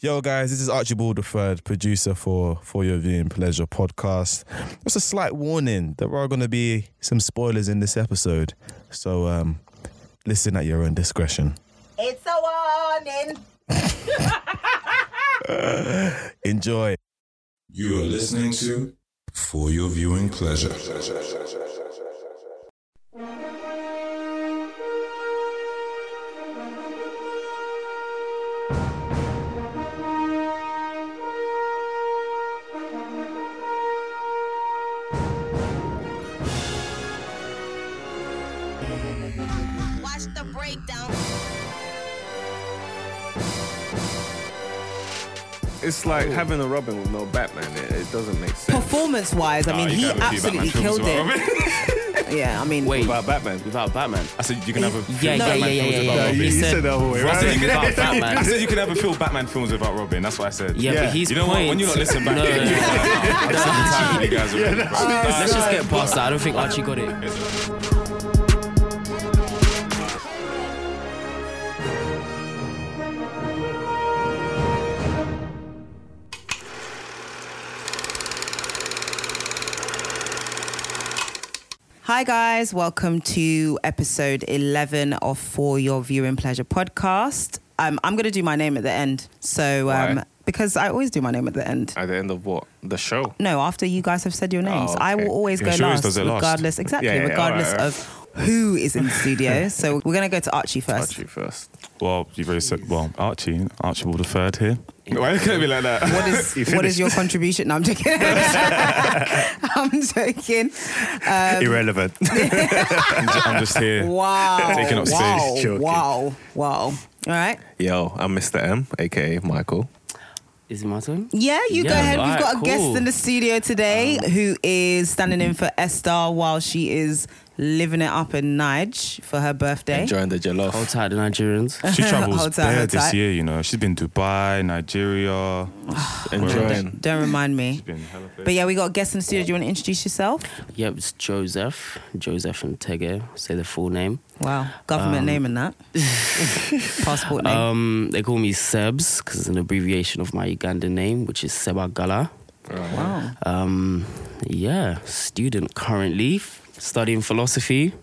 Yo, guys, this is Archibald III, producer for For Your Viewing Pleasure podcast. Just a slight warning there are going to be some spoilers in this episode. So um, listen at your own discretion. It's a warning. Enjoy. You are listening to For Your Viewing Pleasure. Watch the breakdown. It's like having a Robin with no Batman. It, it doesn't make sense. Performance wise, I mean, he absolutely killed it. Yeah, I mean, Wait, About Batman. without Batman? I said you can have a few Yeah, yeah, yeah, Batman yeah, films yeah, about yeah. Robin. You said- the other way I What's said it you can without have- I Batman? said you can have a few Batman films about Robin. That's what I said. Yeah, Yeah. but he's You know what? When you not listen back, No, no, no, no, I'm tired of you guys already, bro. Let's just get past that. I don't think Archie got it. hi guys, welcome to episode 11 of For Your Viewing Pleasure podcast. Um, I'm going to do my name at the end. So, um, Why? because I always do my name at the end. At the end of what? The show. No, after you guys have said your names, Oh, I okay. will always Yeah, go she always last, does it last. regardless. Exactly, Yeah, yeah, regardless alright, of who is in the studio. so, we're going to go to Archie first. Archie first. Well, you've already said, well, Archie, Archibald III here. Why you can't be like that? What is You what finished. is your contribution? No, I'm joking. I'm joking. um, Irrelevant. I'm ju- I'm just here. Wow. Taking up space. wow, Joking. Wow. Wow. All right. Yo, I'm Mr. M, aka Michael. Is it my turn? Yeah, you go Yeah, ahead. We've alright, got a guest cool. Um, in the studio today who is standing in for Esther while she is living it up in Nige for her birthday. Join the Jollof. Hold tight, the Nigerians. She travels Hold tight, bare hold this tight. year, you know. She's been Dubai, Nigeria. Enjoying. Don't remind me. Been hella places. But yeah, we got a guest in the studio. Do you want to introduce yourself? Yep, it's Joseph. Joseph Ntege. Say the full name. Wow. Government Um, name and that. Passport name. Um, they call me Sebs because it's an abbreviation of my Ugandan name, which is Sebagala. wow. Um, yeah, student currently f- studying philosophy,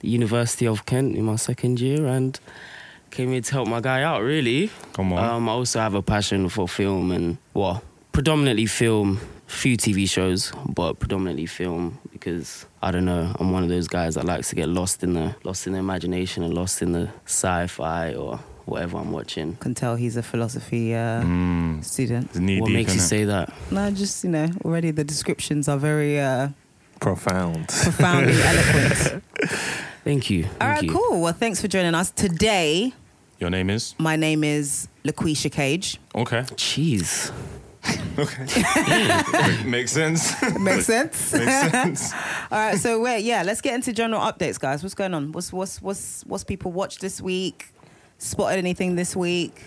the University of Kent in my second year, and came here to help my guy out. Really, Come on. Um, I also have a passion for film and well, predominantly film, few TV shows, but predominantly film because I don't know. I'm one of those guys that likes to get lost in the lost in the imagination and lost in the sci-fi or whatever I'm watching. Can tell he's a philosophy uh, Mm, student. it's knee what deep, makes you innit? say that? No, just, you know, already the descriptions are very uh, Profound. profoundly eloquent. Thank you. All thank right, you. cool. Well, thanks for joining us. Today, Your name is? my name is LaQuisha Cage. Okay. Jeez. Makes sense. Makes sense. Makes sense. All right, so we're, yeah, let's get into general updates, guys. What's going on? What's what's what's what's people watched this week? Spotted anything this week?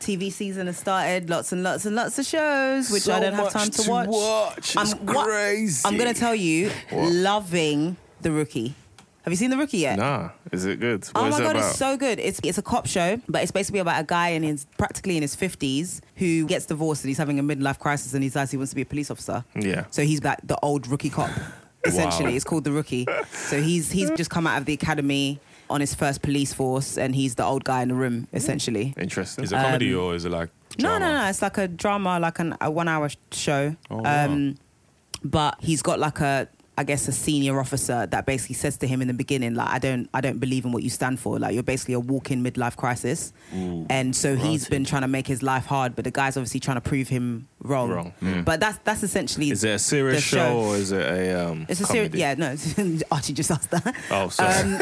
TV season has started. Lots and lots and lots of shows, which I don't have time to, watch. I'm wa- I'm gonna tell you, loving the rookie. Have you seen the rookie yet? Nah, is it good? What Oh is my it god, about? it's so good. It's it's a cop show, but it's basically about a guy in his practically in his fifties who gets divorced and he's having a midlife crisis and he decides he wants to be a police officer. Yeah. So he's like the old rookie cop. Essentially, Wow. it's called the rookie. So he's he's just come out of the academy on his first police force and he's the old guy in the room essentially. Interesting. Is Uh, it Um, comedy or is it like. No, no, drama? no. It's like a drama, like an, a one hour show. Um, Oh, wow. But he's got like a, I guess, a senior officer that basically says to him in the beginning, like, I don't, I don't believe in what you stand for. Like, you're basically a walking midlife crisis. and so he's been trying to make his life hard, but the guy's obviously trying to prove him wrong. Wrong, yeah. But that's that's essentially. Is it a serious The show, show. or is it a um? It's a comedy? serious, yeah, Um, no. Archie just asked that. Oh, sorry.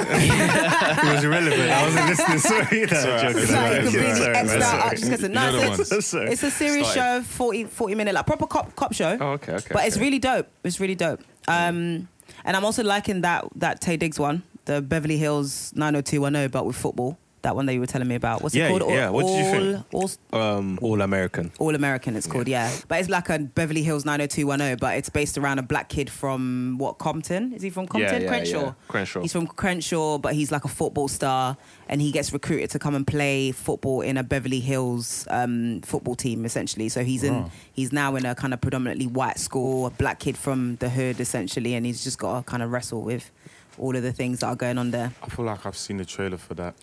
It was irrelevant. I wasn't listening. Sorry, no, Sorry, I'm joking. sorry, Sorry, completely sorry, extra. sorry. Archie just gets it. No, You're the it's, ones. it's, Sorry. it's a serious show, 40, 40 minute, like proper cop cop show. Oh, okay, okay, But it's okay. really dope. It's really dope. Um, oh and I'm also liking that that Tay Diggs one, the Beverly Hills 90210, but with football. That one that you were telling me about. What's Yeah, it called? yeah. What did you think? All, all, Um, all American. all American, it's called, yeah. But it's like a Beverly Hills 90210, but it's based around a black kid from what, Compton? Is he from Compton? yeah, Crenshaw. yeah. Crenshaw. He's from Crenshaw, but he's like a football star and he gets recruited to come and play football in a Beverly Hills um, football team, essentially. So he's in, Oh. he's now in a kind of predominantly white school, a black kid from the hood, essentially, and he's just got to kind of wrestle with all of the things that are going on there. I feel like I've seen the trailer for that.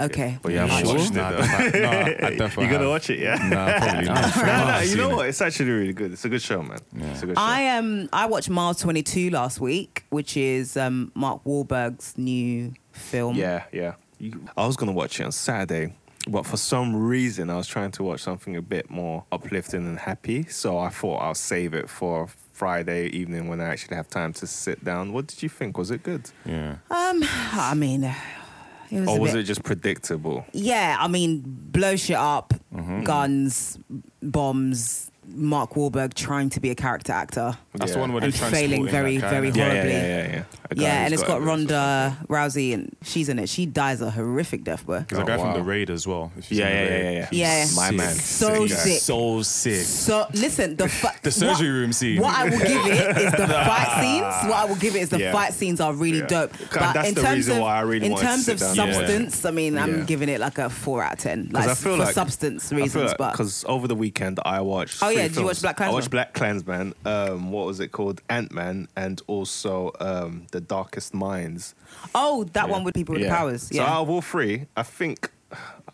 Okay. But yeah, I haven't Sure? watched it. Nah, though. no, I definitely You gotta have. watch it, yeah? Nah, probably not. No, No, no, no, you know it. what? It's actually really good. It's a good show, man. It's a good show. I um I watched Miles 22 last week, which is um, Mark Wahlberg's new film. Yeah, yeah. You- I was gonna watch it on Saturday, but for some reason I was trying to watch something a bit more uplifting and happy. So I thought I'll save it for Friday evening when I actually have time to sit down. What did you think? Was it good, Yeah. Um, I mean, it was. or a Oh, was bit, it just predictable? Yeah, I mean, blow shit up, Mm-hmm. guns, bombs. Mark Wahlberg trying to be a character actor. That's the Yeah. one where And they're transporting failing very, that guy very now. hard. Yeah, yeah, Horribly. yeah, yeah. yeah. A guy yeah, who's and it's got a bit of- Ronda Rousey, and she's in it. She dies a horrific death, but There's a Oh, guy wow. from the raid as well. if you've Yeah, seen The yeah, yeah, Raid. yeah, Yeah. He's My man. So He's sick. So sick. So listen, the fi- The surgery what- room scene. What I will give it is the fight scenes. What I will give it is the Yeah. fight scenes are really Yeah. dope. Okay, But that's in the terms reason of why I really in wanted to terms sit of down and watch it. substance, I mean, I'm Yeah. giving it like a four out of ten. Like Because I feel for like substance I feel reasons, like- but because over the weekend I watched. Oh, three yeah, did you films. watch Black I Klansman? watched Black Klansman. Um, what was it called? Ant Man, and also um, The Darkest Minds. oh, that one with people with powers. So Yeah. out of all three, I think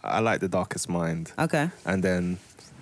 I like The Darkest Mind, okay. and then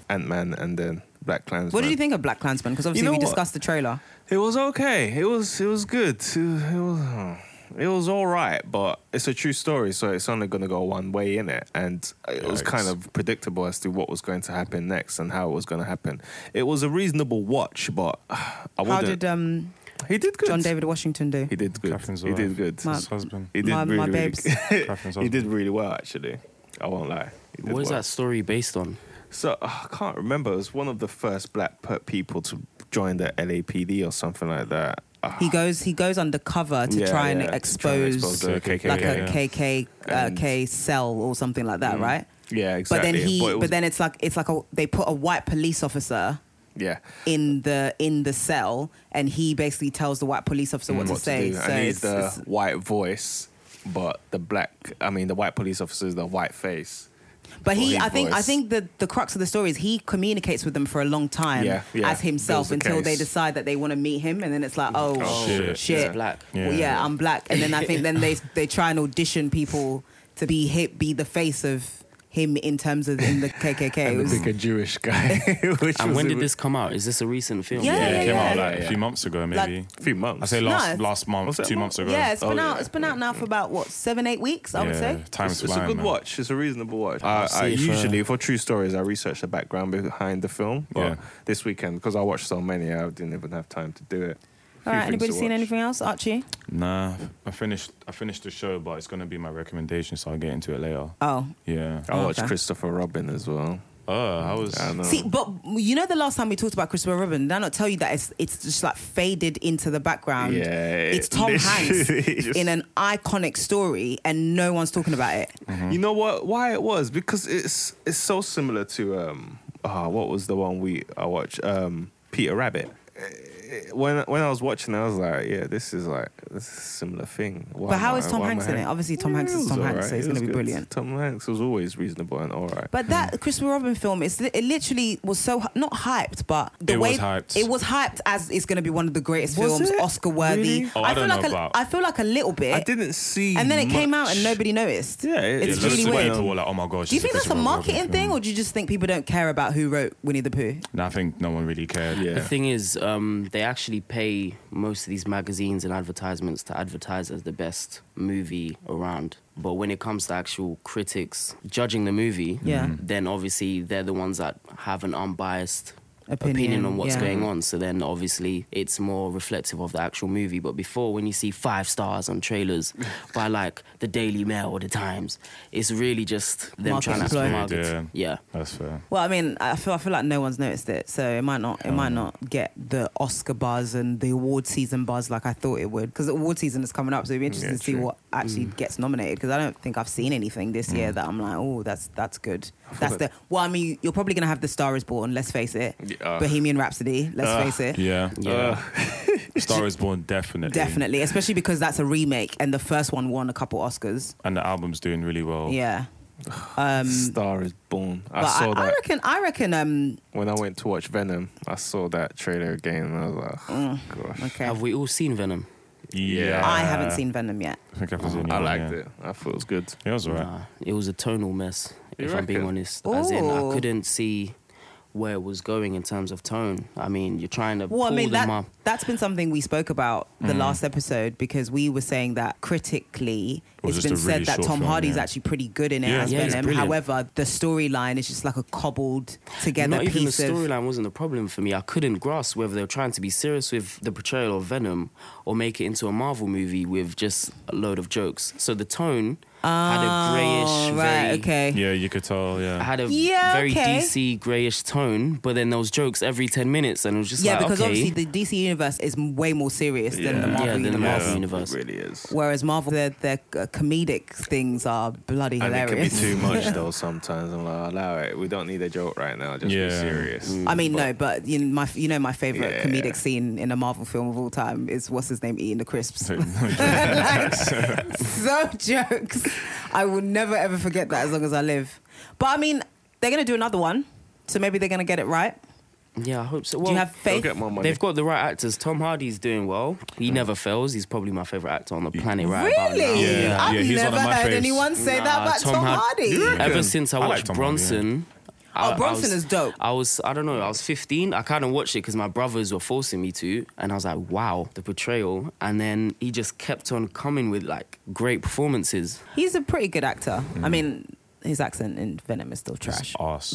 Ant Man, and then Black Klansman. What did you think of Black Klansman? Because obviously know we what? discussed the trailer. It was okay. It was it was good. It was it was, hmm. it was all right, but it's a true story, so it's only going to go one way in it, and it was Yikes. kind of predictable as to what was going to happen next and how it was going to happen. It was a reasonable watch, but I How wouldn't. did um, he did good. John David Washington do? He did good. Catherine's he did wife. good. My- His husband. he did my- my really, really babes. good. Catherine's he husband. did really well, actually. I won't lie. He did What is well. that story based on? So I can't remember. It was one of the first black pe- people to join the LAPD or something like that. Ah. He goes he goes undercover to Yeah, try and yeah, to try and expose, expose the KKK, like a yeah. KK uh, And- Mm. K cell or something like that, right? Yeah, exactly. But then he, it but was- then it's like it's like a, they put a white police officer yeah, in the in the cell, and he basically tells the white police officer what, Mm. what to say. do. So and it's, he's the it's- white voice, but the black. I mean, the white police officer is the white face. but he, his I think, I voice. think the the crux of the story is he communicates with them for a long time Yeah, yeah. as himself That was the until they case. decide that they want to meet him, and then it's like, oh, Oh, shit, shit. He's black. Well, Yeah. Yeah. I'm black, and then I think then they they try and audition people to be hit, be the face of him in terms of in the KKK. It was- a Jewish guy. which And was when a- did this come out? Is this a recent film? Yeah, Yeah, yeah, it came out yeah. like a few months ago, maybe. A few months. I say No, last it's- last month, Was it two a months month? ago. yeah, it's been Oh, out. yeah. It's been out now for about what seven, eight weeks, I would Yeah, say. Time's it's, it's a flying, good man. watch. It's a reasonable watch. I'll I, see I if, uh, usually for true stories, I research the background behind the film. But Yeah. this weekend, because I watched so many, I didn't even have time to do it. All Few right, things anybody to seen watch. anything else, Archie? Nah, I finished. I finished the show, but it's gonna be my recommendation, so I'll get into it later. Oh, Yeah. I Oh, watched okay. Christopher Robin as well. Oh, I was. I know. See, but you know the last time we talked about Christopher Robin, did I not tell you that it's it's just like faded into the background? Yeah, it- it's Tom Hanks literally just- in an iconic story, and no one's talking about it. Mm-hmm. You know what? Why it was because it's it's so similar to um ah what was the one we I watched um Peter Rabbit. Eh, When when I was watching, I was like, yeah, this is like this is a similar thing. Why but am how I- is Tom why am Hanks I in it? here? Obviously, Tom Yeah, Hanks it is was Tom alright. Hanks, so It he's was going to be good. brilliant. Tom Hanks was always reasonable and all right. But that Christopher Robin film is it literally was so hy- not hyped, but the It way was hyped. it was hyped as it's going to be one of the greatest Was films, it? Oscar worthy. Really? Oh, I feel don't like know a- about- I feel like a little bit. I didn't see. and then it came out and much. nobody noticed. Yeah, it- it's it looks really like weird. a people were like, "Oh my gosh." Do you it's think that's a Christopher Robin marketing thing, film. or do you just think people don't care about who wrote Winnie the Pooh? Nah, I think no one really cared. The Yeah. thing is, um, they actually pay most of these magazines and advertisements to advertise as the best movie around. But when it comes to actual critics judging the movie, Yeah. Mhm. then obviously they're the ones that have an unbiased Opinion, opinion on what's yeah. going on. So then obviously it's more reflective of the actual movie. But before, when you see five stars on trailers by like the Daily Mail or the Times, it's really just them Market trying to exploit. market. Yeah. yeah. That's fair. Well, I mean, I feel I feel like no one's noticed it, so it might not it might not get the Oscar buzz and the award season buzz like I thought it would because the award season is coming up, so it'd be interesting Yeah, to see true. what actually gets nominated because I don't think I've seen anything this year that I'm like, oh, that's that's good. That's the that- well, I mean, you're probably gonna have The Star Is Born. Let's face it, Yeah. Bohemian Rhapsody. Let's face it. Yeah. Yeah. Uh, Star is Born, definitely. Definitely, especially because that's a remake, and the first one won a couple Oscars. And the album's doing really Oh. well. Yeah, um, Star is Born. I but I, saw I that reckon. I reckon. Um, when I went to watch Venom. I saw that trailer again, and I was like, oh, gosh. Mm. okay, Have we all seen Venom? Yeah. Uh, I haven't seen Venom yet. I think I was the only I one, liked yeah. it. I thought it was good. Yeah, it was alright. Nah, it was a tonal mess, You if I'm being reckon? honest. As in, I Ooh. couldn't see where it was going in terms of tone. I mean, you're trying to Well, I pull mean them that up. that's been something we spoke about the last episode because we were saying that critically It was it's just been a said really that short Tom film, Hardy's yeah. actually pretty good in it Yeah, as yeah, he's Venom. brilliant. However, the storyline is just like a cobbled together Not even the piece of storyline wasn't the problem for me. I couldn't grasp whether they were trying to be serious with the portrayal of Venom or make it into a Marvel movie with just a load of jokes. So the tone had a Oh, grayish, right, very, okay. Yeah, you could tell. Yeah. had a Yeah, very okay. DC grayish tone, but then there was jokes every ten minutes, and it was just Yeah, like, because okay, obviously the DC universe is m- way more serious than yeah, the Marvel then the universe. Marvel Yeah. universe. It really is. Whereas Marvel, their, their uh, comedic things are bloody And it can be hilarious. too much though. Sometimes I'm like, allow it. We don't need a joke right now. Just Yeah. be serious. Mm. I mean, no, but you know, my you know my favorite Yeah. comedic scene in a Marvel film of all time is what's his name eating the crisps. Like, so jokes. I will never ever forget that as long as I live. But I mean, they're gonna do another one, so maybe they're gonna get it right. Yeah, I hope so. Well, do you have They'll faith? get more money. They've got the right actors. Tom Hardy's doing well. He never fails. He's probably my favorite actor on the planet right about now. Really? Yeah, I've yeah, he's one never of my heard faves. anyone say that Nah, about Tom, Har- Hardy. Ever since I I like watched Tom Hardy, Bronson. I- Oh, I Bronson was- is dope. I was, I don't know, I was 15. I kind of watched it because my brothers were forcing me to. And I was like, wow, the portrayal. And then he just kept on coming with like great performances. He's a pretty good actor. I mean, his accent in Venom is still trash. Ass.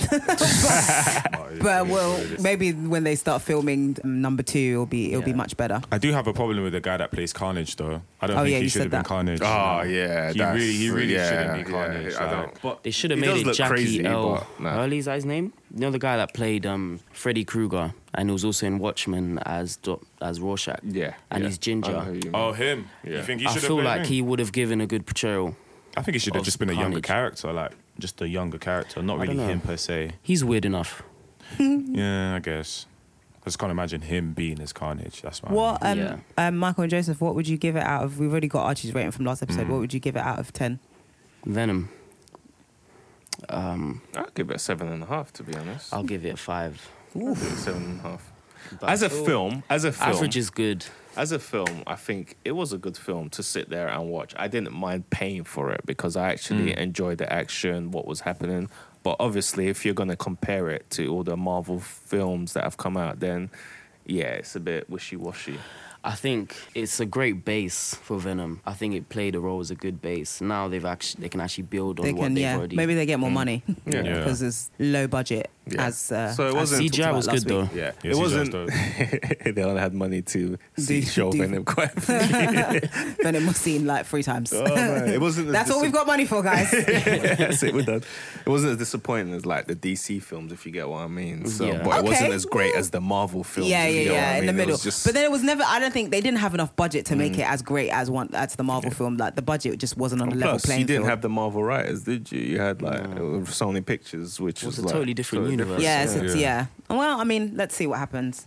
But well, maybe when they start filming um, number two, it'll be it'll be Yeah. much better. I do have a problem with the guy that plays Carnage, though. I don't Oh, think yeah, he you should have said been Carnage. Oh yeah, he that's- really, he really yeah, shouldn't be yeah, Carnage. I like- don't. But They should have he does made it look Jackie crazy, L. but nah. Early is that his name? You know the guy that played um, Freddy Krueger and he was also in Watchmen as Do- as Rorschach. Yeah, and he's yeah. I know who ginger. you mean. Oh, him. You think he I should have feel been like him? he would have given a good portrayal. I think he should have of just been a younger Carnage. character, like just a younger character, not I really don't know. him per se. He's weird enough. Yeah, I guess. I just can't imagine him being as Carnage. That's my What um, Yeah. um, Michael and Joseph? What would you give it out of? We've already got Archie's rating from last Mm. episode. What would you give it out of ten? Venom. Um, I'll give it a seven and a half to be honest. I'll give it a five. I'll give it seven and a half. But As I a feel film, as a film, average is good. as a film, I think it was a good film to sit there and watch. I didn't mind paying for it because I actually Mm. enjoyed the action, what was happening. But obviously, if you're going to compare it to all the Marvel films that have come out, then yeah, it's a bit wishy washy. I think it's a great base for Venom. I think it played a role as a good base. Now they've actually they can actually build on They what can, they've yeah. already. Mm. Maybe they get more money Yeah. Yeah. because it's low budget. Yeah. As uh, So it as wasn't- we talked CGI about was last good though. week. Yeah, Yeah, it CGI was wasn't. dope. they only had money to see Do- show do- Venom quite. oh, Venom was seen like three times. man. It wasn't. as That's all disap- we've got money for, guys. That's it. We're done. It wasn't as disappointing as like the DC films, if you get what I mean. So, Yeah. but it wasn't Okay, as great well- as the Marvel films. yeah, if you yeah, get what I yeah. In mean. the It middle, was just- Mm. but then it was never. I don't think they didn't have enough budget to make it as great as one as the Marvel film. Like the budget just wasn't on the And level Plus, playing you didn't field. have the Marvel writers, did you? You had like it was Sony Pictures, which It was was a like, totally different totally universe. yeah, so Yeah. it's- yeah. Well, I mean, let's see what happens.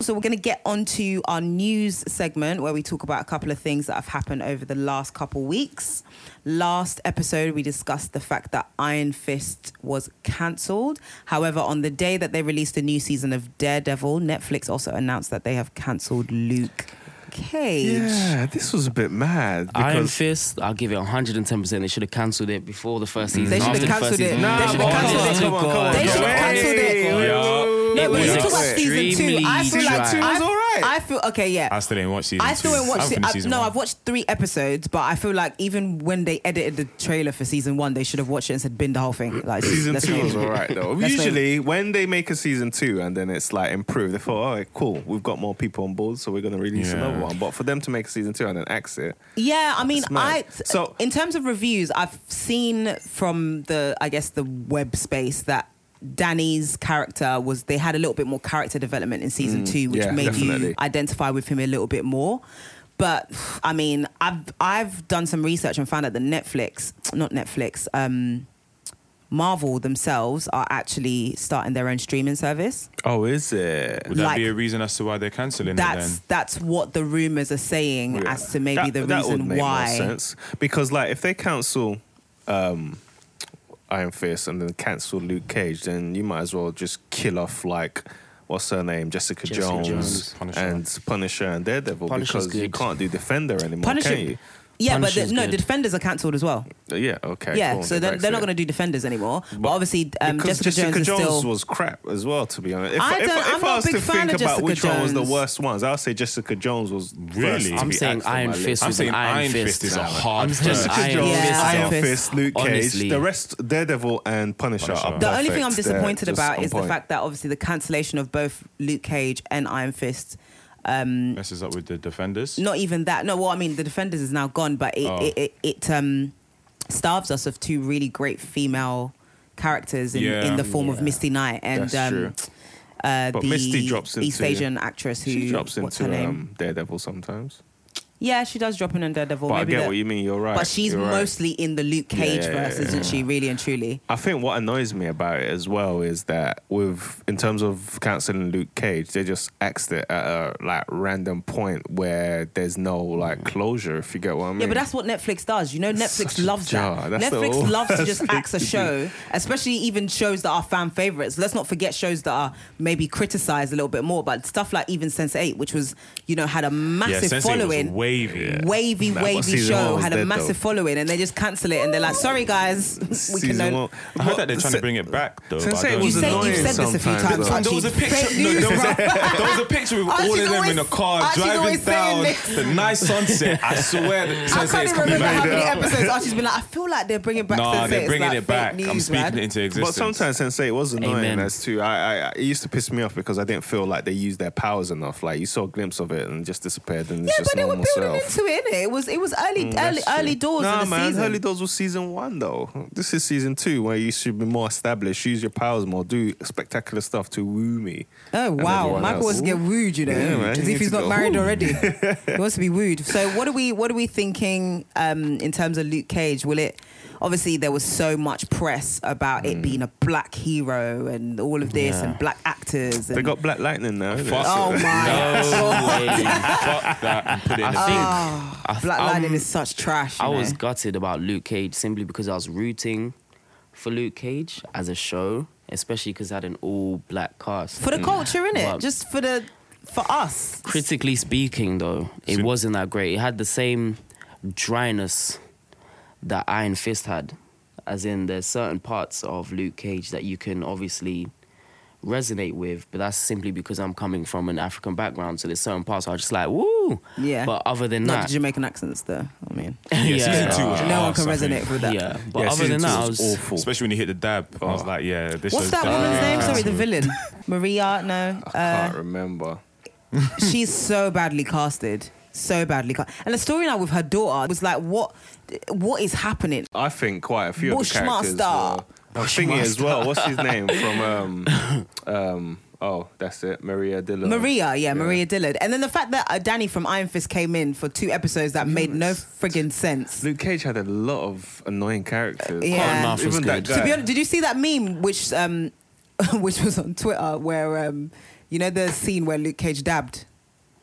So we're going to get on to our news segment where we talk about a couple of things that have happened over the last couple weeks. Last episode we discussed the fact that Iron Fist was cancelled. However, on the day that they released a new season of Daredevil, Netflix also announced that they have cancelled Luke Cage. Yeah, this was a bit mad Iron because Fist, I'll give it 110. percent They should have cancelled it before the first Mm. season. They should have after the first cancelled season. it. Nah, They should have Oh, cancelled it. my Come God. They should have Wait, cancelled it. wait, Yeah. No, It but was let's talk about season two. extremely I feel like dry. I- Season two was all right. right. I feel okay. Yeah, I still ain't watched season I two. still ain't I watched haven't it. finished I've, season no, one. I've watched three episodes, but I feel like even when they edited the trailer for season one, they should have watched it and said bin the whole thing. Like Season let's two not- was alright though. Let's not- Usually, when they make a season two and then it's like improved, they thought, "All right, cool, we've got more people on board, so we're gonna release Yeah. another one." But for them to make a season two and then axe it, Yeah, I mean, It's I mad. So- in terms of reviews, I've seen from the I guess the web space that Danny's character was they had a little bit more character development in season two, which Mm, yeah, made you definitely. identify with him a little bit more. But I mean, I've I've done some research and found out that Netflix, not Netflix, um, Marvel themselves are actually starting their own streaming service. oh, is it? Would that like- be a reason as to why they're cancelling it That's then? that's what the rumors are saying Yeah. as to maybe That- the that would reason make more why. sense. Because like if they cancel um, Iron Fist and then cancel Luke Cage, then you might as well just kill off like what's her name, Jessica, Jessica Jones, Jones. Punisher. and Punisher and Daredevil Punisher's because you good. can't do Defender anymore, Punisher. can you? Yeah, but Punisher's the, no, good. the defenders are cancelled as well. Yeah, okay. yeah, cool, so they're, back they're not it. going to do defenders anymore. But, obviously, um, because Jessica, Jones, Jones, is still. was crap as well, to be honest. If I if, don't- if I'm I not was a to big fan think of about Jessica which one was the Jones. worst ones, I'll say Jessica Jones was Really? first to I'm be saying axed on Iron my Fist I'm was saying an Iron Iron Fist Fist is a man. hard I'm first. just Jessica Iron Jones, Fist. Yeah. is Iron Fist. Fist, Luke Cage, Honestly. the rest, Daredevil and Punisher. Punisher. are the only thing I'm perfect. They're disappointed just about on is the point. fact that obviously the cancellation of both Luke Cage and Iron Fist. messes up with the defenders. Not even that. No, well, I mean, the defenders is now gone, but it Oh. it, it, it um, starves us of two really great female characters in, Yeah. in the form of Yeah. Misty Knight and That's um, true. uh, But the Misty drops East into- Asian actress who she drops what's her into name? um, Daredevil sometimes. yeah, she does drop in on Daredevil. But I maybe get that- what you mean. You're right. but she's you're right. mostly in the Luke Yeah, Cage yeah, verse, yeah, isn't she? Really and truly. I think what annoys me about it as well is that with in terms of canceling Luke Cage, they just axed it at a like random point where there's no Mm. like closure. If you get what I mean. Yeah, but that's what Netflix does. You know, Netflix such a loves jar. that. That's the Netflix worst loves to just thing axe a to do. show, especially even shows that are fan favorites. Let's not forget shows that are maybe criticized a little bit more, but stuff like even Sense Eight, which was you know had a yeah, massive Sensei following. was wavy. Wavy, Nah, but wavy season one show was had a dead, massive though. following, and they just cancel it, and they're like, "Sorry guys, we can Season no." one. I heard that they're trying to bring it back though. but I Sensei don't You was know. say, annoying you've said this a few sometimes, times. though. Archie. There was a Fake picture. No, news, there, was bro. a, there was a picture with all Archie's of them always- in a car Archie's driving always saying down this. the nice sunset. I swear that I Sensei can't is even coming remember how back. many episodes Archie's been like, I feel like they're bringing back Nah, Sense they're bringing it back. News, I'm speaking man. it into But existence. sometimes Sensei was annoying Amen. as to I, I it used to piss me off because I didn't feel like they used their powers enough. Like you saw a glimpse of it and just disappeared and it's Yeah, just but they were normal building self. into it, innit? It was it was early early early doors nah, of the man, season. early doors was season one though. This is season two where you should be more established, use your powers more, do spectacular stuff to woo me. Oh and wow, everyone Michael else. wants to get wooed, you know, Yeah, man, as he if needs he's to not go, married "Ooh." already. he wants to be wooed. So what are we what are we thinking um, in terms of Luke Cage? Will it? Obviously, there was so much press about it being a black hero and all of this and black actors. And, They got Black Lightning now. innit? Fuck Oh it. my No way. Fuck that and put it Oh, in I the think I, Black I'm- Lightning is such trash. you I was know. gutted about Luke Cage simply because I was rooting for Luke Cage as a show, especially because it had an all black cast. for the culture, in it, Well- just for the for us. Critically speaking, though, it So- wasn't that great. It had the same dryness that Iron Fist had, as in there's certain parts of Luke Cage that you can obviously resonate with, but that's simply because I'm coming from an African background, so there's certain parts where I'm just like, woo! Yeah. But other than Not that, the Jamaican accents, though. I mean, Yeah, Yeah. season two was no one arse, can I think. resonate with that. yeah. But Yeah, other season than two that, I was was awful. Especially when you hit the dab, I was like, yeah, this What's is that definitely woman's name? Sorry, cancelled. the villain, Maria. No, uh, Can't remember. she's so badly casted, so badly cast. And the story now with her daughter was like, what, what is happening? I think quite a few of the characters. Bushmaster. Were, I'm thinking as well. What's his name from? Um, um, oh, that's it. Maria Dillon. Maria, yeah, Maria Dillard, and then the fact that uh, Danny from Iron Fist came in for two episodes that made no friggin' sense. Luke Cage had a lot of annoying characters. Yeah. Cotton Mouth was even that good. guy. To be honest, did you see that meme which, um, which was on Twitter where, um, you know, the scene where Luke Cage dabbed.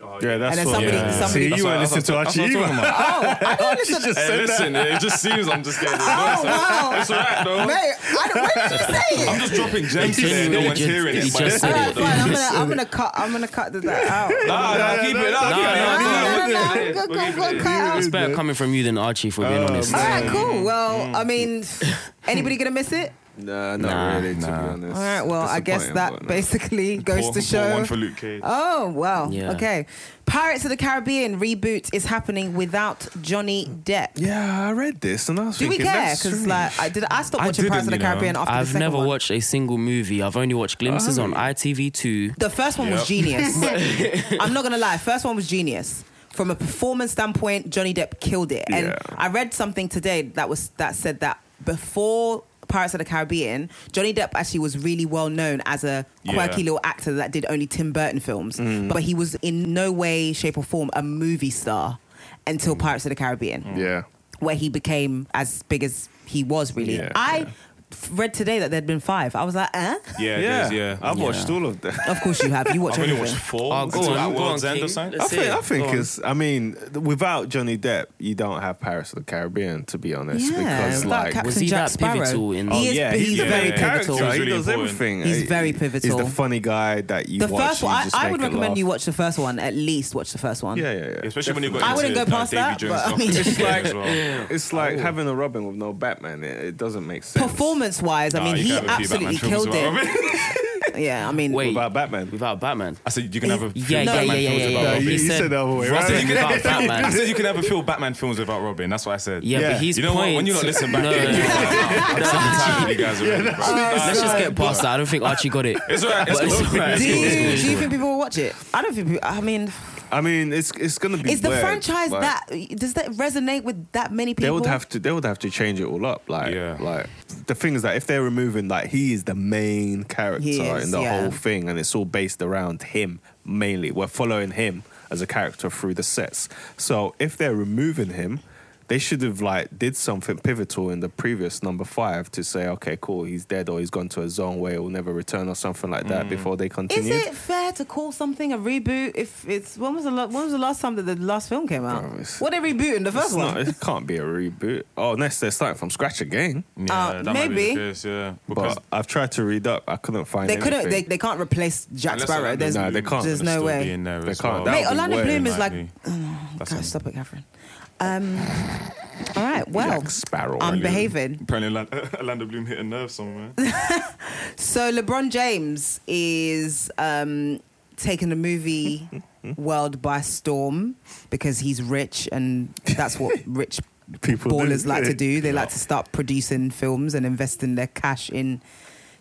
yeah, And that's then what. somebody- yeah. somebody- See, you weren't listening to Archie either. Oh, I didn't listen to Hey, listen, it just seems I'm just getting Oh annoyed. wow! It's all right, though. Mate, I, don't- when did you say it? I'm just dropping gems here. No Genuinely one's just- hearing he it. but just said All right, it. fine. I'm gonna, I'm gonna cut. I'm gonna cut that out. Nah, nah, keep it up. no, keep it no, up. no, Nah, no, we'll no, do it. go, go, We'll go, do it. Mm, cut out. It's better coming from you than Archie, if we're being honest. All right, cool. Well, I mean, anybody gonna miss it? Nah, not Nah. really, to Nah. be honest. All right. Well, I guess Disappointing, that but no. basically goes Pour- to pour show. one for Luke Cage. Oh wow. Yeah. Okay. Pirates of the Caribbean reboot is happening without Johnny Depp. Yeah, I read this and I was Do we thinking, care? that's Because strange. like, I did. I stopped I watching Pirates of the didn't, you know. Caribbean after the I've second never one. watched a single movie. I've only watched glimpses on ITV2. The first one was Yep. genius. I'm not gonna lie. First one was genius. From a performance standpoint, Johnny Depp killed it. And Yeah. I read something today that was that said that before Pirates of the Caribbean, Johnny Depp actually was really well known as a quirky Yeah. Mm. little actor that did only Tim Burton films, but he was in no way, shape, or form a movie star Mm. until Pirates of the Caribbean yeah. where he became as big as he was really. Yeah, I yeah. f- read today that there'd been five. I was like, eh? Yeah, Yeah, yeah, yeah. I've watched all of that. Of course you have. You watch I've only everything. watched four. Oh, go Is it on, at go on, World's End King. or something. Let's I think, hear I it. Go think on. it's. I mean, th- without Johnny Depp, you don't have Pirates of the Caribbean, to be honest. because it's like, Captain Was he Jack that Sparrow. pivotal in- He Oh, is, yeah, he's, he's, a very main character. pivotal. He He's really does important. everything. He's He- very He's pivotal. the funny guy that you The watch. first you one, I, just I make would it recommend laugh. you watch the first one. At least watch the first one. Yeah, yeah, yeah. Especially when you got I into, wouldn't go like, past Davy that, Jones but, I stuff mean- as It's well. It's Oh. like having a Robin with no Batman. It, it doesn't make sense. Performance wise, I Nah, mean, you he can't have a few absolutely Batman films killed as well. it. yeah, I mean, Wait. without Batman. Without Batman. I said you can have a few Yeah, yeah, yeah, Batman yeah, films yeah. without yeah. No, Robin. you- you said the other way Robin around. without I Batman. said you can have a few Batman films without Robin. That's what I said. Yeah, Yeah. but his you know point. what? When you not listen back, no, no, no, you're no. like, "Nah, that's the time you guys are in, bro." Let's just get past that. I don't think Archie got it. It's alright. It's But cool. it's all right. do you, It's cool, it's do you cool. think people will watch it? I don't think. People, I mean, I mean, it's it's gonna be. is the weird, franchise like- that does that resonate with that many people? They would have to. They would have to change it all up. Like, Yeah. like the thing is that if they're removing, like, he is the main character He is, in the yeah. whole thing, and it's all based around him mainly. We're following him as a character through the sets. So if they're removing him, they should have like did something pivotal in the previous number five to say, okay, cool, he's dead or he's gone to a zone where he'll never return or something like Mm. that before they Is continue. it fair to call something a reboot if it's when was the lo- when was the last time that the last film came out? Bro, it's- what they rebooting the first It's not- one? it can't be a reboot. Oh, unless they're starting from scratch again. Yeah, that might be maybe. the case, yeah. Mm, Because But I've tried to read up. I couldn't find. They couldn't. They, anything. they can't replace Jack unless Sparrow. Orlando There's no, Bloom they can't. There's no still way. be in there They as can't. well. That Mate, would be Orlando weird. Bloom is like. Might God, That's stop it, Catherine. Um, all right. Well, Jack Sparrow. I'm behaving. Apparently, Orla- Orlando Bloom hit a nerve somewhere. So LeBron James is um, taking the movie world by storm because he's rich, and that's what rich People do. ballers like to do. They like to start producing films and investing their cash in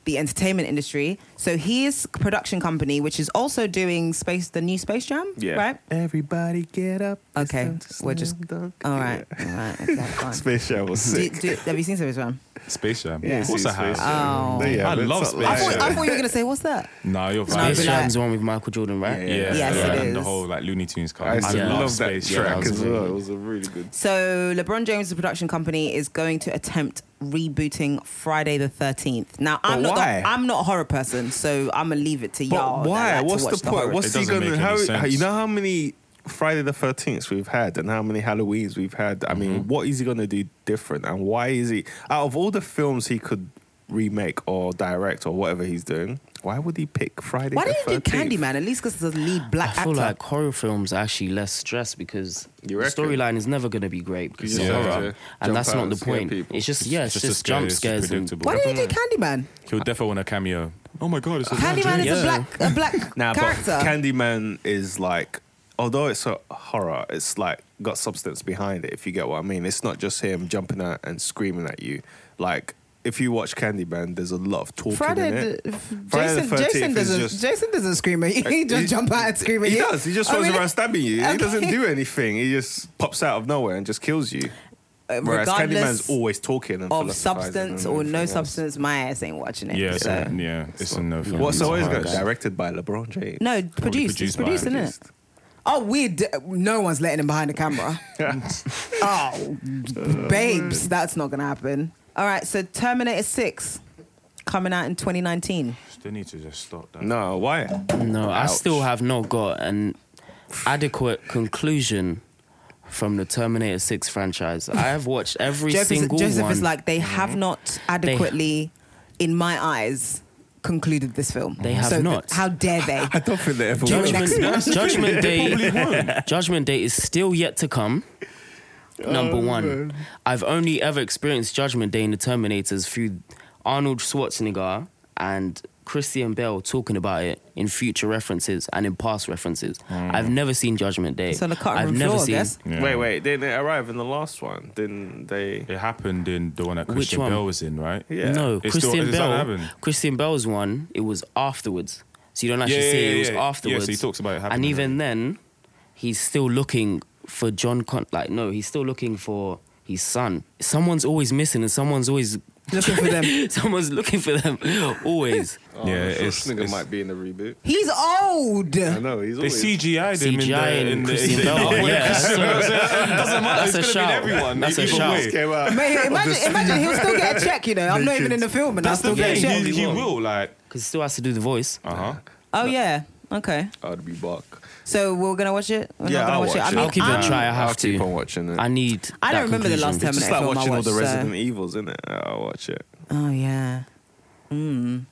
the entertainment industry. So his production company, which is also doing space, the new Space Jam, Yeah. right? Everybody get up. It's Okay, time to we're just- slam dunk. All right, Yeah. all right, okay, fine. Space Jam was Do, sick. do, have you seen Space Jam? Space Jam. Yeah, Of course I it's Space have. Oh. Jam. There you I have it. love It's Space I like- thought, Jam. I thought you were gonna say, "What's that?" Nah, you're I'll be Space right. like- Jam's the one with Michael Jordan, right? Yeah. Yes, yeah, it and is. the whole like Looney Tunes car. I, I, used to love love that Space Jam. track was as really well. good. It was a really good. So LeBron James' production company is going to attempt rebooting Friday the Thirteenth. Now I'm But not why? the, I'm not a horror person, so I'm gonna leave it to But y'all. that why? like to What's watch the point? horror. What's It he doesn't gonna? make How, any how- you sense. know how many Friday the Thirteenth we've had, and how many Halloweens we've had. I Mm-hmm. mean, what is he gonna do different? And why is he out of all the films he could remake or direct or whatever he's doing? Why would he pick Friday? why the didn't you do 13th? Candyman? At least because it's a lead I black feel actor. like horror films are actually less stress because the You reckon? storyline is never going to be great because You it's just have horror, to and jump that's out not and the scare point. people. It's just yeah, it's, a just, scare, jump it's just scares and predictable. why didn't you do Candyman? He'll definitely want a cameo. Oh my god, it's a Candyman is a Yeah. black a black Nah, character. but Candyman is like, although it's a horror, it's like got substance behind it. If you get what I mean, it's not just him jumping out and screaming at you. Like if you watch Candyman, there's a lot of talking Friday, in the, it. Friday Jason, the 13th Jason is doesn't. just- Jason doesn't scream at you. He just He- jump out and scream at He you. does. He just Oh, runs really? around stabbing you. Okay. He doesn't do anything. He just pops out of nowhere and just kills you. Uh, Whereas regardless Candyman's always talking and of philosophizing substance and or everything no else. substance. My ass ain't watching it. Yeah, it's so. a- yeah, it's a no film. What's It's a always horror got guy. directed by LeBron James? No, produced. It's produced by produced, isn't it? Produced. Oh, we d- no one's letting him behind the camera. oh, Uh, babes, that's not gonna happen. All right, so Terminator Six coming out in 2019. They need to just stop that. No, why? No, I Ouch. still have not got an adequate conclusion from the Terminator 6 franchise. I have watched every Joseph, is- single Joseph one. is like they have not adequately, in my eyes, concluded this film. They have so th- not. how dare they? I don't think they ever will. Judgment, Judgment Day. Judgment Day is still yet to come. Oh, Number one, I've only ever experienced Judgment Day in the Terminators through Arnold Schwarzenegger and Christian Bale talking about it in future references and in past references. I've never seen Judgment Day. It's on the cutting I've room never floor, I seen guess. Yeah. Wait, wait. Didn't they arrive in the last one? Didn't they? It happened in the one that Which Christian one? Bell was in, right? Yeah. No, It's still- Christian it's not Bell. happened. Christian Bell's one. It was afterwards, so you don't actually Yeah, see yeah, it. It was yeah. Yeah, so he afterwards. talks about it And happening, even right? then, he's still looking for John. Con- like no, he's still looking for his son. Someone's always missing, and someone's always Looking for them. someone's looking for them. Always. Oh, Yeah, Schwarzenegger it's- it's- might be in the reboot. He's old. I know he's They always. CGI'd him in CGI the, and in the, Christian in the Oh, Bell. Yeah. Yeah, so- doesn't matter. That's a it's gonna shout. be everyone. That's a either shout. way. came out. Mate, imagine, imagine he'll still get a check, you know. I'm not even in the film and That's I'll the still get a check. thing. He, he will like. Because he still has to do the voice. Uh huh. Oh, yeah. Okay. I'd be back. So we're going to watch it? We're Yeah, not I'll going to watch it. watch I it. mean, I'll give it a I'm- try. I have I'll to. keep on watching it. I need. I don't that remember the last conclusion. time Just Terminator like film I watching all the watched, so- Resident Evils, isn't it? I'll watch it. Oh, yeah. Mm.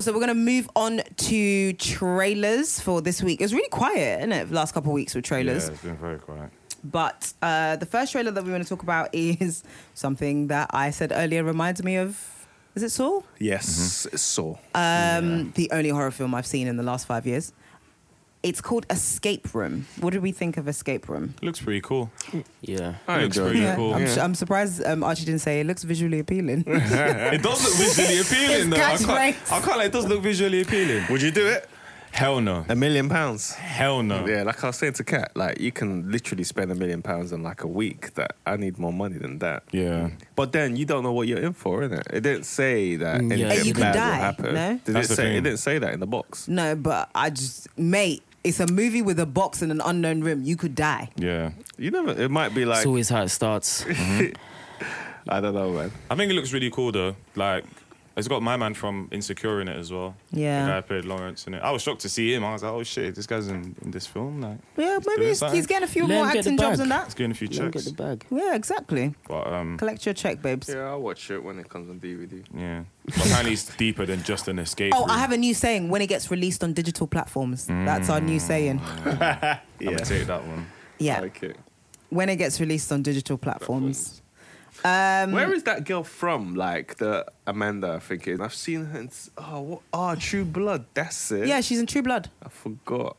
So we're gonna move on to trailers for this week. It's really quiet, isn't it? The last couple of weeks with Yeah, trailers. it's been very quiet. But uh, the first trailer that we want to talk about is something that I said earlier reminds me of. Is it Saul? Yes, it's Saw. Um, The only horror film I've seen in the last five years. It's called Escape Room. What did we think of Escape Room? Looks pretty cool. Yeah. I looks enjoyed pretty it. cool. I'm, Yeah. su- I'm surprised um, Archie didn't say it looks visually appealing. It does look visually appealing though. I catchphrase. can't, I can't. lie, It does look visually appealing. Would you do it? Hell no. A million pounds. Hell no. Yeah, like I was saying to Kat, like you can literally spend a million pounds in like a week. That I need more money than that. Yeah. But then you don't know what you're in for, innit? It didn't say that Mm, yeah. anything Uh, you could bad die, will happen. no? Did That's it the say? It thing. didn't say that in the box. no, but I just, mate, it's a movie with a box and an unknown room. You could die. Yeah. You never. It might be It's like always how it starts. I don't know, man. I think it looks really cool though. Like, it's got my man from Insecure in it as well. Yeah. The guy who played Lawrence in it. I was shocked to see him. I was like, oh shit, this guy's in, in this film. Like, Yeah, maybe doing he's, something. he's getting a few Let more him get the acting jobs bag. than It's that. getting a few Don't get checks. the bag. Yeah, exactly. But um, Collect your check, babes. Yeah, I'll watch it when it comes on DVD. yeah. But apparently, it's deeper than just an escape. Oh, room. I have a new saying when it gets released on digital platforms. That's our Mm. new saying. I'm gonna take that one. Yeah. Okay. When it gets released on digital platforms. Um, Where is that girl from? Like the Amanda, I think. It, I've seen her. In, s- oh, what, oh, True Blood. That's it. yeah, she's in True Blood. I forgot.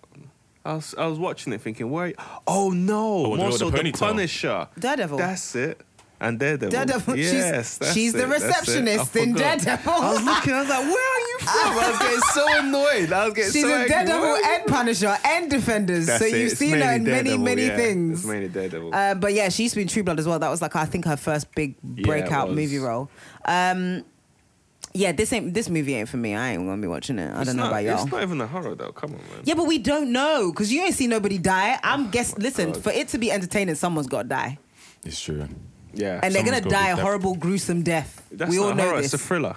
I was, I was watching it thinking, where? Oh no, Oh, the- more the so the, ponytail. Punisher. Daredevil. That's it. And Daredevil. Daredevil. She's- Yes, that's she's the it, that's it. I receptionist in forgot. Daredevil. I was looking. I was like, where are you from? I was getting so annoyed. I was getting She's so in angry. Daredevil Where are you- and Punisher and Defenders. That's so it, you've it's seen her in many, mainly Daredevil, many yeah, things. It's mainly Daredevil. Uh, but yeah, she used to be in True Blood as well. That was like I think her first big Yeah, it breakout was. movie role. Um, yeah, this ain't this movie ain't for me. I ain't gonna be watching it. I It's don't know not- about y'all. It's not even a horror though. Come on, man. yeah, but we don't know because you ain't seen nobody die. I'm guess. Listen, Oh, God. for it to be entertaining, someone's got to die, It's true. Yeah. and they're gonna someone's gotta die be a dead. horrible, gruesome death. That's we not all a know horror, this. It's a thriller.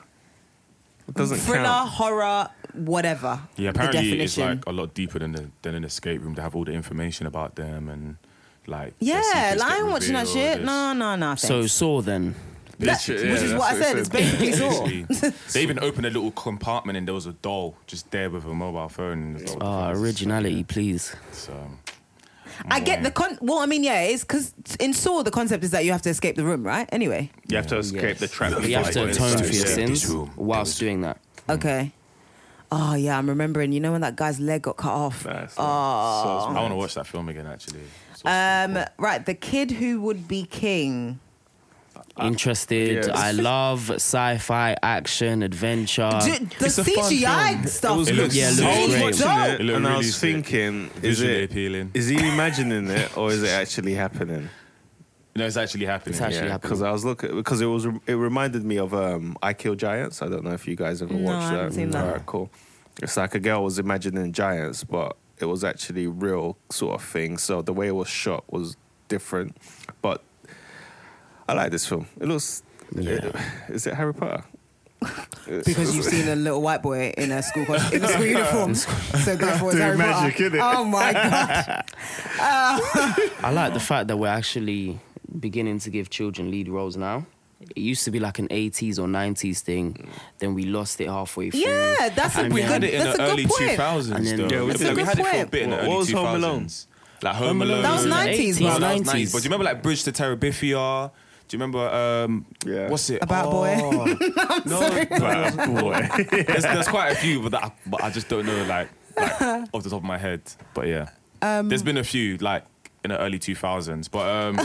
It doesn't thriller, count. horror, whatever. Yeah, the apparently it's definition. like a lot deeper than the, than an escape room. They have all the information about them and like. their yeah, secrets like, I get ain't watching that revealed, shit. it's- No, no, no. So thanks. Saw then. That- Yeah, which is that's what I it said. It's basically Saw. Basically, they even opened a little compartment and there was a doll just there with a mobile phone. And Ah, originality, please. So, I get the con. Well, I mean, yeah, it's because in Saw the concept is that you have to escape the room, right? Anyway, You have to escape Yes. the trap. You have to before it atone for starts. your Yeah. sins This room, whilst doing that. okay. Oh yeah, I'm remembering. You know when that guy's leg got cut off? Nice. I Oh. want to watch that film again actually. It's also Um, cool. right, the kid who would be king. Uh, Interested. yes. I love sci-fi, action, adventure. Dude, the it's a fun CGI film. stuff. It looks Yeah, it I looks was great. watching Dope. it, It looked and I really was sick. thinking, is Visually it appealing. is he imagining it or is it actually happening? no, it's actually happening. It's actually Yeah, happening. because I was looking because it was it reminded me of um, I Kill Giants. I don't know if you guys ever No, I watched that. haven't seen that. Alright, cool. It's like a girl was imagining giants, but it was actually real sort of thing. So the way it was shot was different, but I like this film. It looks. is it Harry Potter? Because you've seen a little white boy in a school co- in a school uniform, so therefore it's Doing Harry magic, Potter. innit? Oh my god! I like the fact that we're actually beginning to give children lead roles now. It used to be like an 80s or 90s thing. Then we lost it halfway through. Yeah, that's a And good. We had it in that's the a good early point. 2000s And then- though. Yeah, we It's did. like we That's had a good it for a point. bit in the What early was Home Alone? 2000s. Like Home Alone. That was in the 90s, 80s, bro. No, that was 90s. 90s. But do you remember like Bridge to Terabithia? Do you remember um Yeah. what's it? About Boy. Boy. no, boy. there's, there's quite a few, but, that, but I just don't know like, like off the top of my head. But yeah, Um, there's been a few like in the early 2000s. But um,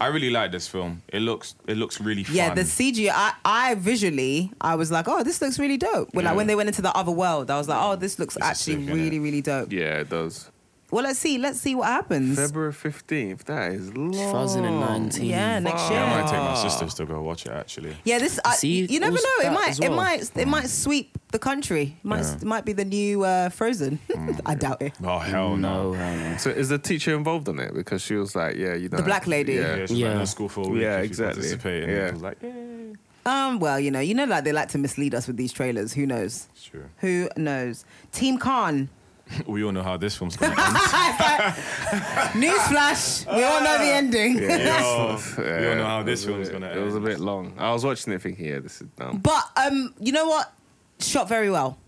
I really like this film. It looks it looks really fun. Yeah, the CG. I, I visually, I was like, oh, this looks really dope. When, like, Yeah. when they went into the other world, I was like, oh, this looks This is actually sick, innit? really, really dope. Yeah, it does. Well, let's see. Let's see what happens. February 15th. That is long. Oh. 2019. Yeah, next year. I might take my sisters to go watch it actually. Yeah, this. I, See, you never it was know. It that might. as It well. might. It might sweep the country. It might. Mm. Yeah. It might be the new uh, Frozen. I doubt it. Oh hell No, no. hell no. So is the teacher involved in it? Because she was like, yeah, you know. black lady. Yeah, Yeah. she's yeah. Yeah. in school for a week. Yeah, if you exactly. Participate and Yeah. it was like, yeah, Um. Well, you know. You know, like they like to mislead us with these trailers. Who knows? sure. Who knows? Team Khan. We all know how this film's going to end. Newsflash. We all know the ending. Yo, Oh, we all know how it this was a film's bit- going to end. It was a bit long. I was watching it thinking, yeah, this is dumb. But um, you know what? Shot very well.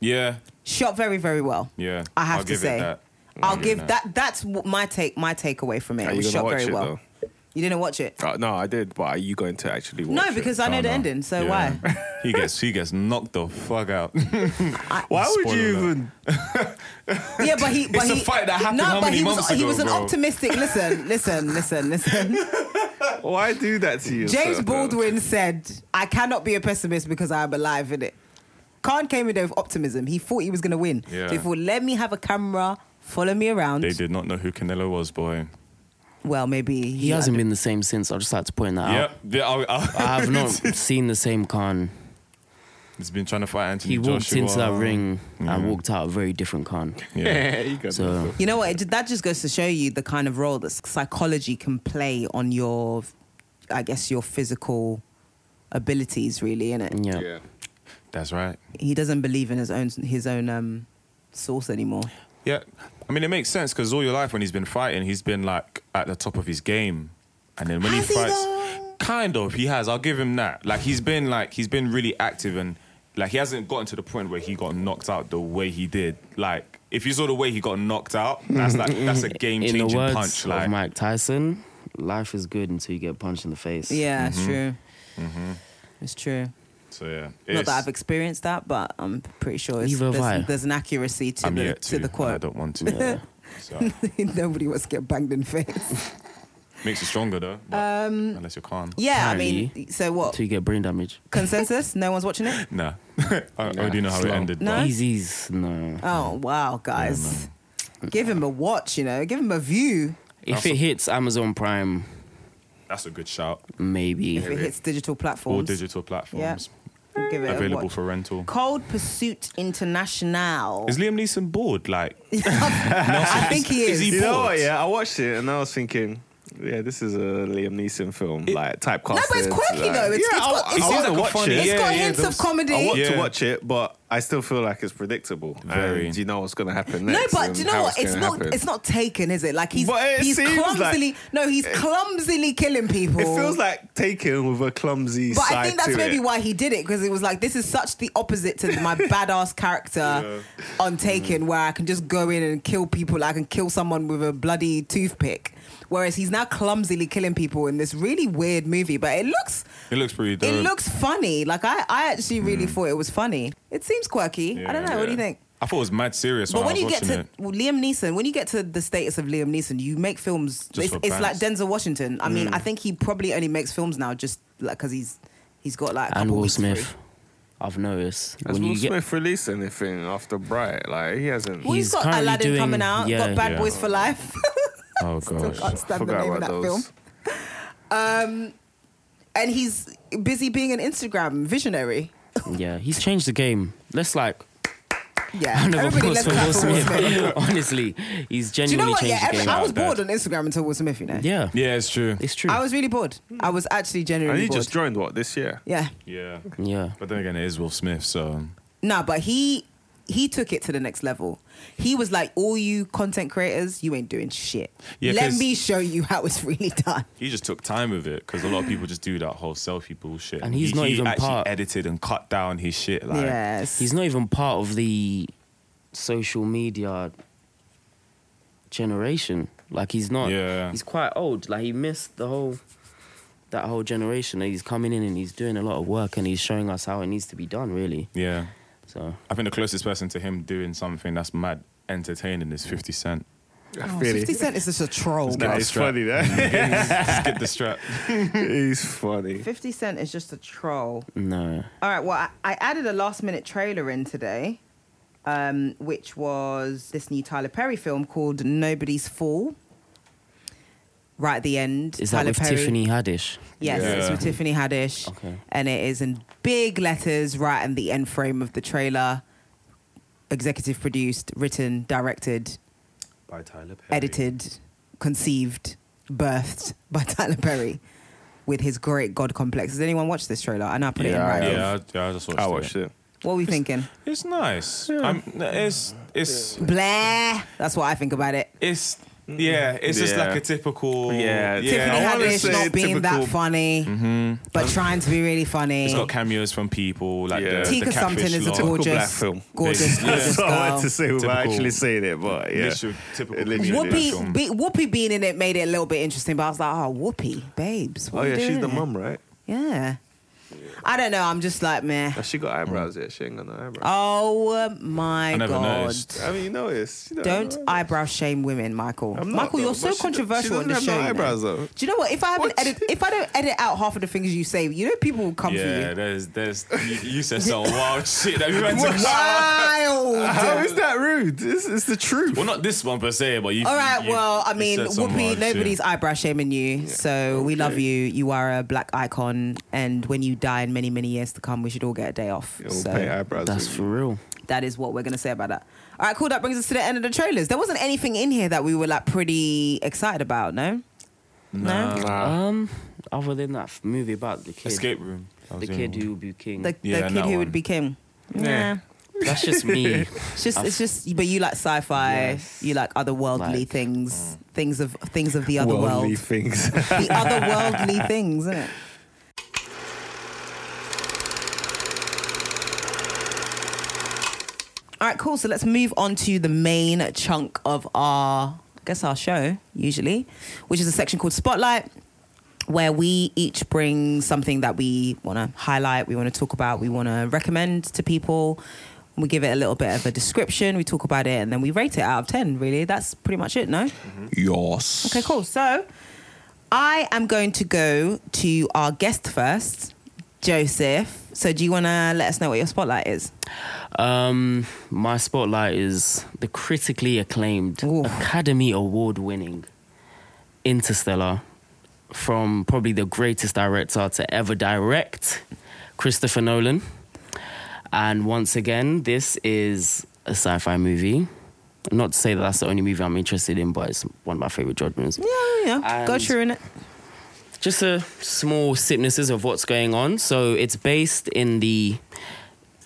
Yeah, Shot very very well. yeah. I have I'll to give say. It that. I'll give give it that. That's what my take. My takeaway from it. Are it you was gonna shot watch very it well. though? You didn't watch it. Uh, no, I did, but are you going to actually watch no, it? because I know Oh, the no. ending. So Yeah. why? He gets he gets knocked the fuck out. Why would you Spoiler even? Yeah, but he. But It's a he, fight that happened No, how but many he was. months he ago, was an bro? optimistic. Listen, listen, listen, listen. Why do that to you? James Baldwin said, "I cannot be a pessimist because I am alive in it." Khan came in there with optimism. He thought he was going to win. Yeah. So he thought, "Let me have a camera, follow me around." They did not know who Canelo was, boy. Well, maybe he, He hasn't been the same since. I just like to point that out. Yep. Yeah, I, I have not seen the same Khan. He's been trying to fight Anthony He walked Joshua. Mm. into that ring Yeah. and walked out a very different Khan. Yeah. you got So You know what? It, that just goes to show you the kind of role that psychology can play on your, I guess, your physical abilities, really, innit? yeah. Yeah. That's right. He doesn't believe in his own his own um, source anymore. Yeah. I mean, it makes sense because all your life when he's been fighting, he's been like at the top of his game, and then when Has he he fights, though? kind of he has. I'll give him that. Like he's been like he's been really active and like he hasn't gotten to the point where he got knocked out the way he did. Like if you saw the way he got knocked out, that's like that's a game In the changing words punch. of Like Mike Tyson, life is good until you get punched in the face. Yeah, it's true. It's true. so yeah, Not it's- that I've experienced that, but I'm pretty sure it's, Neither have there's, I. there's an accuracy to I'm the yet to, the and I quote. don't want to. So Nobody wants to get banged in the face. makes you stronger though. but unless you're calm. Um, Yeah, I mean, Apparently, so what? Until you get brain damage. Consensus? No one's watching it. Nah. I I already know how it Slow. ended. No? but- Easy's no. Oh wow, guys! Give him a watch, you know. Give him a view. If it hits Amazon Prime, That's a good shout. maybe. If it hits digital platforms, All digital platforms give it a available watch. for rental. Cold Pursuit International. Is Liam Neeson bored? Like, I think he is is. he You know bored? what? Yeah, I watched it and I was thinking, yeah, this is a Liam Neeson film, like typecast. no, but it's quirky though. It's, it's I- got, I it's wanna got- it's watch it. got Yeah, yeah, hints there of was- comedy. I want Yeah. to watch it, but I still feel like it's predictable. Very. And you know what's going to happen No, next. but and do you know um, how what? It's gonna not. happen. It's not taken, is it? Like he's But it he's seems like- clumsily. no, he's clumsily killing people. It feels like taken with a clumsy But side I think that's to maybe it. why he did it because it was like this is such the opposite to my badass character on Mm. Taken, where I can just go in and kill people. I can kill someone with a bloody toothpick. Whereas he's now clumsily killing people in this really weird movie, but it looks It looks pretty dope. it looks funny. Like I, I actually really Mm. thought it was funny. It seems quirky. I don't know. Yeah. What do you think? I thought it was mad serious But when, when I you was get watching to it. well, Liam Neeson, when you get to the status of Liam Neeson, you make films. Just It's, for it's like fans. Mm. Denzel Washington. I mean, I think he probably only makes films now just like because he's he's got like a And couple Will weeks Smith. free. I've noticed. Has Will you get- Smith released anything after Bright? Like he hasn't. Well, he's He's got currently Aladdin doing- coming out. yeah, got Bad yeah. Boys for Life. Oh Still can't gosh. stand the Forgot name of that about film. those. And he's busy being an Instagram visionary. Yeah, he's changed the game. Let's like Yeah, round of everybody applause let's for clap Will for Will Smith. Smith. Honestly, he's Do you know genuinely what? Yeah, changed the every, game. I was Dad. bored on Instagram until Will Smith. You know, yeah, Yeah, it's true. it's true. I was really bored. I was actually And genuinely he bored. just joined what this year? yeah, yeah. yeah, But then again, it is Will Smith, so Nah, but he he took it to the next level. He was like, "All you content creators, you ain't doing shit. Yeah, Let 'cause- me show you how it's really done." he just took time with it because a lot of people just do that whole selfie bullshit. And he's he, not he even actually part- edited and cut down his shit. Like, yes, he's not even part of the social media generation. Like he's not. Yeah. He's quite old. Like he missed the whole that whole generation. He's coming in and he's doing a lot of work and he's showing us how it needs to be done. Really. Yeah. So I think the closest person to him doing something that's mad entertaining is 50 Cent. Oh, Really? 50 Cent is just a troll. Nah, he's funny, that. Just get the strap. he's funny. 50 Cent is just a troll. no. All right, well, I, I added a last minute trailer in today, um, which was this new Tyler Perry film called Nobody's Fool. Right at the end, Is that Tyler with Perry. Tiffany Haddish? Yes, it's Yeah. with Tiffany Haddish. Okay. And it is in big letters right in the end frame of the trailer. Executive produced, written, directed, By Tyler Perry. edited, conceived, birthed by Tyler Perry with his great God complex. Has anyone watched this trailer? I know I put it in right. Yeah, I, yeah, I just watched I it. watched it. What are we thinking? It's nice. I'm, it's it's Blah. That's what I think about it. it's Mm. yeah. It's just Yeah. like a typical Yeah. Tiffany yeah. I wanna Haddish say not being that typical- funny, but trying to be really funny. It's got cameos from people like Yeah. the, Tika the something catfish is a lot. typical gorgeous, black film. gorgeous, gorgeous So I had girl. to say without Typical- actually saying it, but yeah. Literal, typical. Literally. comedian film. Whoopi, be, Whoopi being in it made it a little bit interesting, but I was like, oh, Whoopi, babes. Oh what you yeah, she's doing the there? mum, right? Yeah. I don't know. I'm just like, meh. Has she got eyebrows yet? She ain't got no eyebrows. Oh my I never God. noticed. I mean, you know it's. You know, Oh. Don't I- eyebrow shame women, Michael. I'm not, Michael, though, you're but so she do- she controversial in doesn't the show. have no you know. eyebrows, though. Do you know what? If I haven't What? edit, if I don't edit out half of the things you say, you know people will come Yeah, for you. there's there's you, you said some wild shit that we went to. Wild. How is that rude? It's, it's the truth. Well, not this one per se, but you. All right. you- well, I you mean, said some Whoopi, wild nobody's shit. eyebrow shaming you, so we love you. You are a black icon, and when you die in many, many years to come, we should all get a day off. It'll paint so eyebrows. That's for with real. that is what we're gonna say about that. All right, cool. That brings us to the end of the trailers. There wasn't anything in here that we were like pretty excited about, no. No, you. Nah. Um, other than that f- movie about the kid, Ah. escape room. That the was kid only who will be king. the, Yeah, the kid that who would one. be king. Yeah. Nah. That's just me. It's just, it's just, but you like sci-fi, Yes. you like otherworldly Like, things, things of things of the other Worldly world, things. the otherworldly things, isn't it? All right, cool. So let's move on to the main chunk of our, I guess, our show usually, which is a section called Spotlight, where we each bring something that we want to highlight, we want to talk about, we want to recommend to people. We give it a little bit of a description, we talk about it, and then we rate it out of 10, really. That's pretty much it, no? Yours. Okay, cool. So I am going to go to our guest first, Joseph. So do you want to let us know what your spotlight is? Um, my spotlight is the critically acclaimed, Oof. Academy Award winning Interstellar from probably the greatest director to ever direct, Christopher Nolan. And once again, this is a sci fi movie. Not to say that that's the only movie I'm interested in, but it's one of my favorite genres. Yeah, yeah. Go And- through in it. just a small synopsis of what's going on. So it's based in the,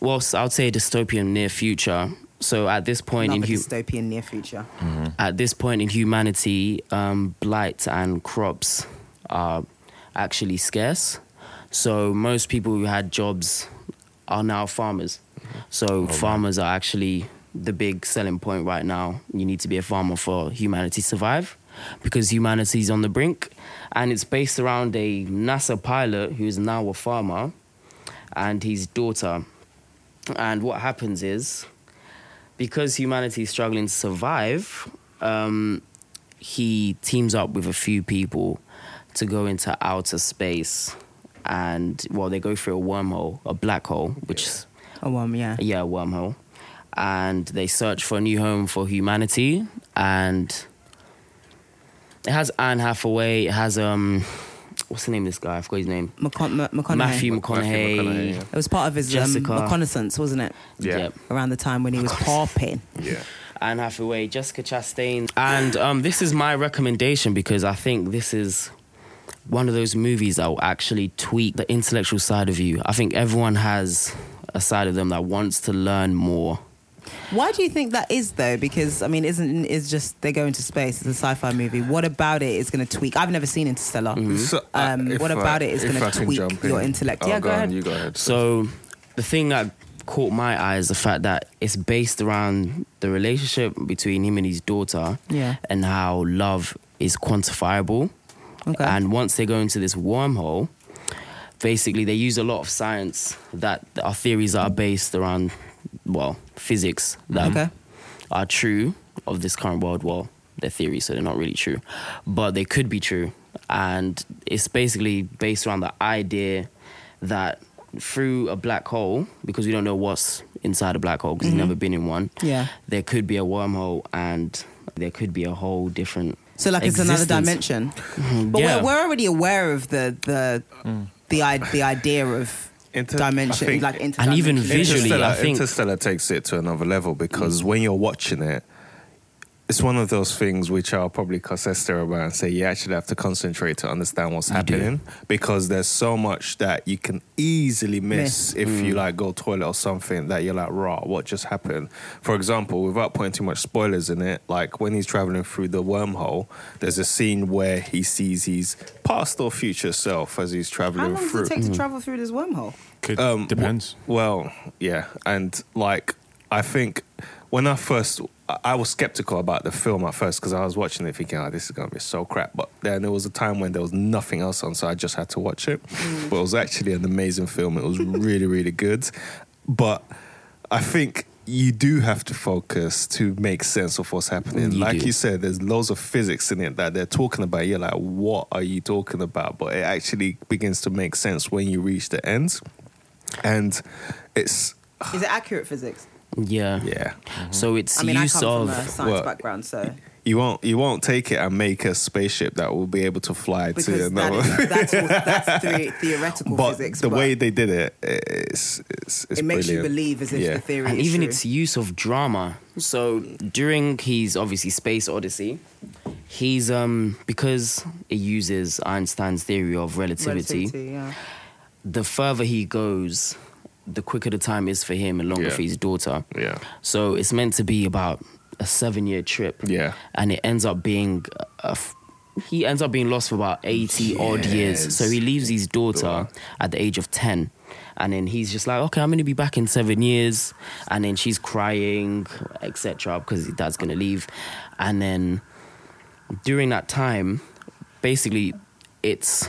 well, I would say dystopian near future. So at this point in Another hu- dystopian near future. at this point in humanity, um, blight and crops are actually scarce. So most people who had jobs are now farmers. So farmers are actually the big selling point right now. You need to be a farmer for humanity to survive because humanity is on the brink. And it's based around a NASA pilot who is now a farmer and his daughter. And what happens is because humanity is struggling to survive, um, he teams up with a few people to go into outer space. And, well, they go through a wormhole, a black hole, which is Oh, um, yeah. yeah, a wormhole. And they search for a new home for humanity. And it has Anne Hathaway. It has, um, what's the name of this guy? I forgot his name. McCon- Ma- McConaughey. Matthew McConaughey, McConaughey. yeah. It was part of his um, Jessica. reconnaissance, wasn't it? Yeah. Yep. Around the time when he was popping. Yeah. Anne Hathaway, Jessica Chastain. And um, this is my recommendation because I think this is one of those movies that will actually tweak the intellectual side of you. I think everyone has a side of them that wants to learn more. Why do you think that is though? Because I mean, isn't is just they go into space? It's a sci-fi movie. What about it is going to tweak? I've never seen Interstellar. Mm-hmm. So, uh, Um, if what I- about it is if going I to can tweak jump your in. intellect? Oh, yeah, go, on, ahead. You go ahead. So the thing that caught my eye is the fact that it's based around the relationship between him and his daughter Yeah. and how love is quantifiable. Okay. And once they go into this wormhole, basically they use a lot of science that are theories that are based around, well, physics that Okay. are true of this current world. Well, they're theories, so they're not really true, but they could be true. And it's basically based around the idea that through a black hole, because we don't know what's inside a black hole, because we've never been in one. Mm-hmm. Yeah. there could be a wormhole, and there could be a whole different. So like it's another existence. Mm, dimension. But yeah. Mm. we're, we're already aware of the the the i the idea of Inter- dimension, I think- like interdimension. And even visually, Interstellar, I think- Interstellar takes it to another level because when you're watching it, it's one of those things which I'll probably cuss Esther about and say you actually have to concentrate to understand what's do. happening because there's so much that you can easily miss, if Mm. you like go toilet or something that you're like, raw, what just happened? For example, without putting too much spoilers in it, like when he's traveling through the wormhole, there's a scene where he sees his past or future self as he's traveling How long does through. it take to travel through this wormhole? Could, Um, depends. Well, yeah, and like I think when I first, I- I was skeptical about the film at first because I was watching it thinking, "Oh, this is gonna be so crap." But then there was a time when there was nothing else on, so I just had to watch it. Mm. But it was actually an amazing film. It was really, really good. But I think you do have to focus to make sense of what's happening. You like do. you said, there's loads of physics in it that they're talking about. You're like, what are you talking about? But it actually begins to make sense when you reach the end. And it's, Is it accurate physics? Yeah. yeah. So it's I mean, I use come of from a science well, background, so You won't you won't take it and make a spaceship that will be able to fly to because that another. is, that's all, that's the, theoretical but physics. the but way they did it, it's it's, it's it makes you brilliant. believe as if Yeah. the theory and is even true. its use of drama. So during his obviously Space Odyssey, he's um because it uses Einstein's theory of relativity. Relativity, yeah. The further he goes, the quicker the time is for him, and longer Yeah. for his daughter. Yeah. So it's meant to be about a seven-year trip. Yeah. and it ends up being a. f- he ends up being lost for about 80 odd years. Yes. So he leaves his daughter at the age of 10. And then he's just like, okay, I'm going to be back in seven years. And then she's crying, etc., because his dad's going to leave. And then during that time, basically, it's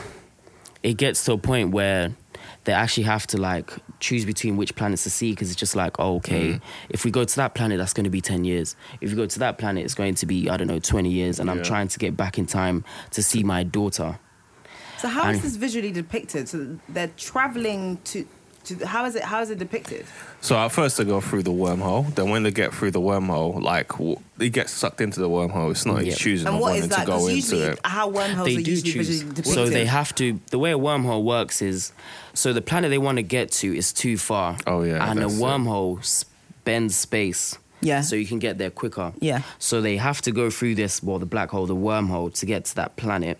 it gets to a point where they actually have to like choose between which planets to see because it's just like oh, Mm. okay if we go to that planet that's going to be 10 years if we go to that planet it's going to be i don't know 20 years and i'm trying to get back in time to see my daughter So how is and- this visually depicted? So they're traveling to. to how is it? How is it depicted? So at first they go through the wormhole. Then when they get through the wormhole, like w- they get sucked into the wormhole. It's not Yeah. his choosing And of what wanting is that? to go Because into usually it. how wormholes they are do usually choose visually depicted. so they have to the way a wormhole works is so the planet they want to get to is too far Oh, yeah, and a that's it. wormhole s- bends space Yeah. so you can get there quicker Yeah. so they have to go through this well the black hole the wormhole to get to that planet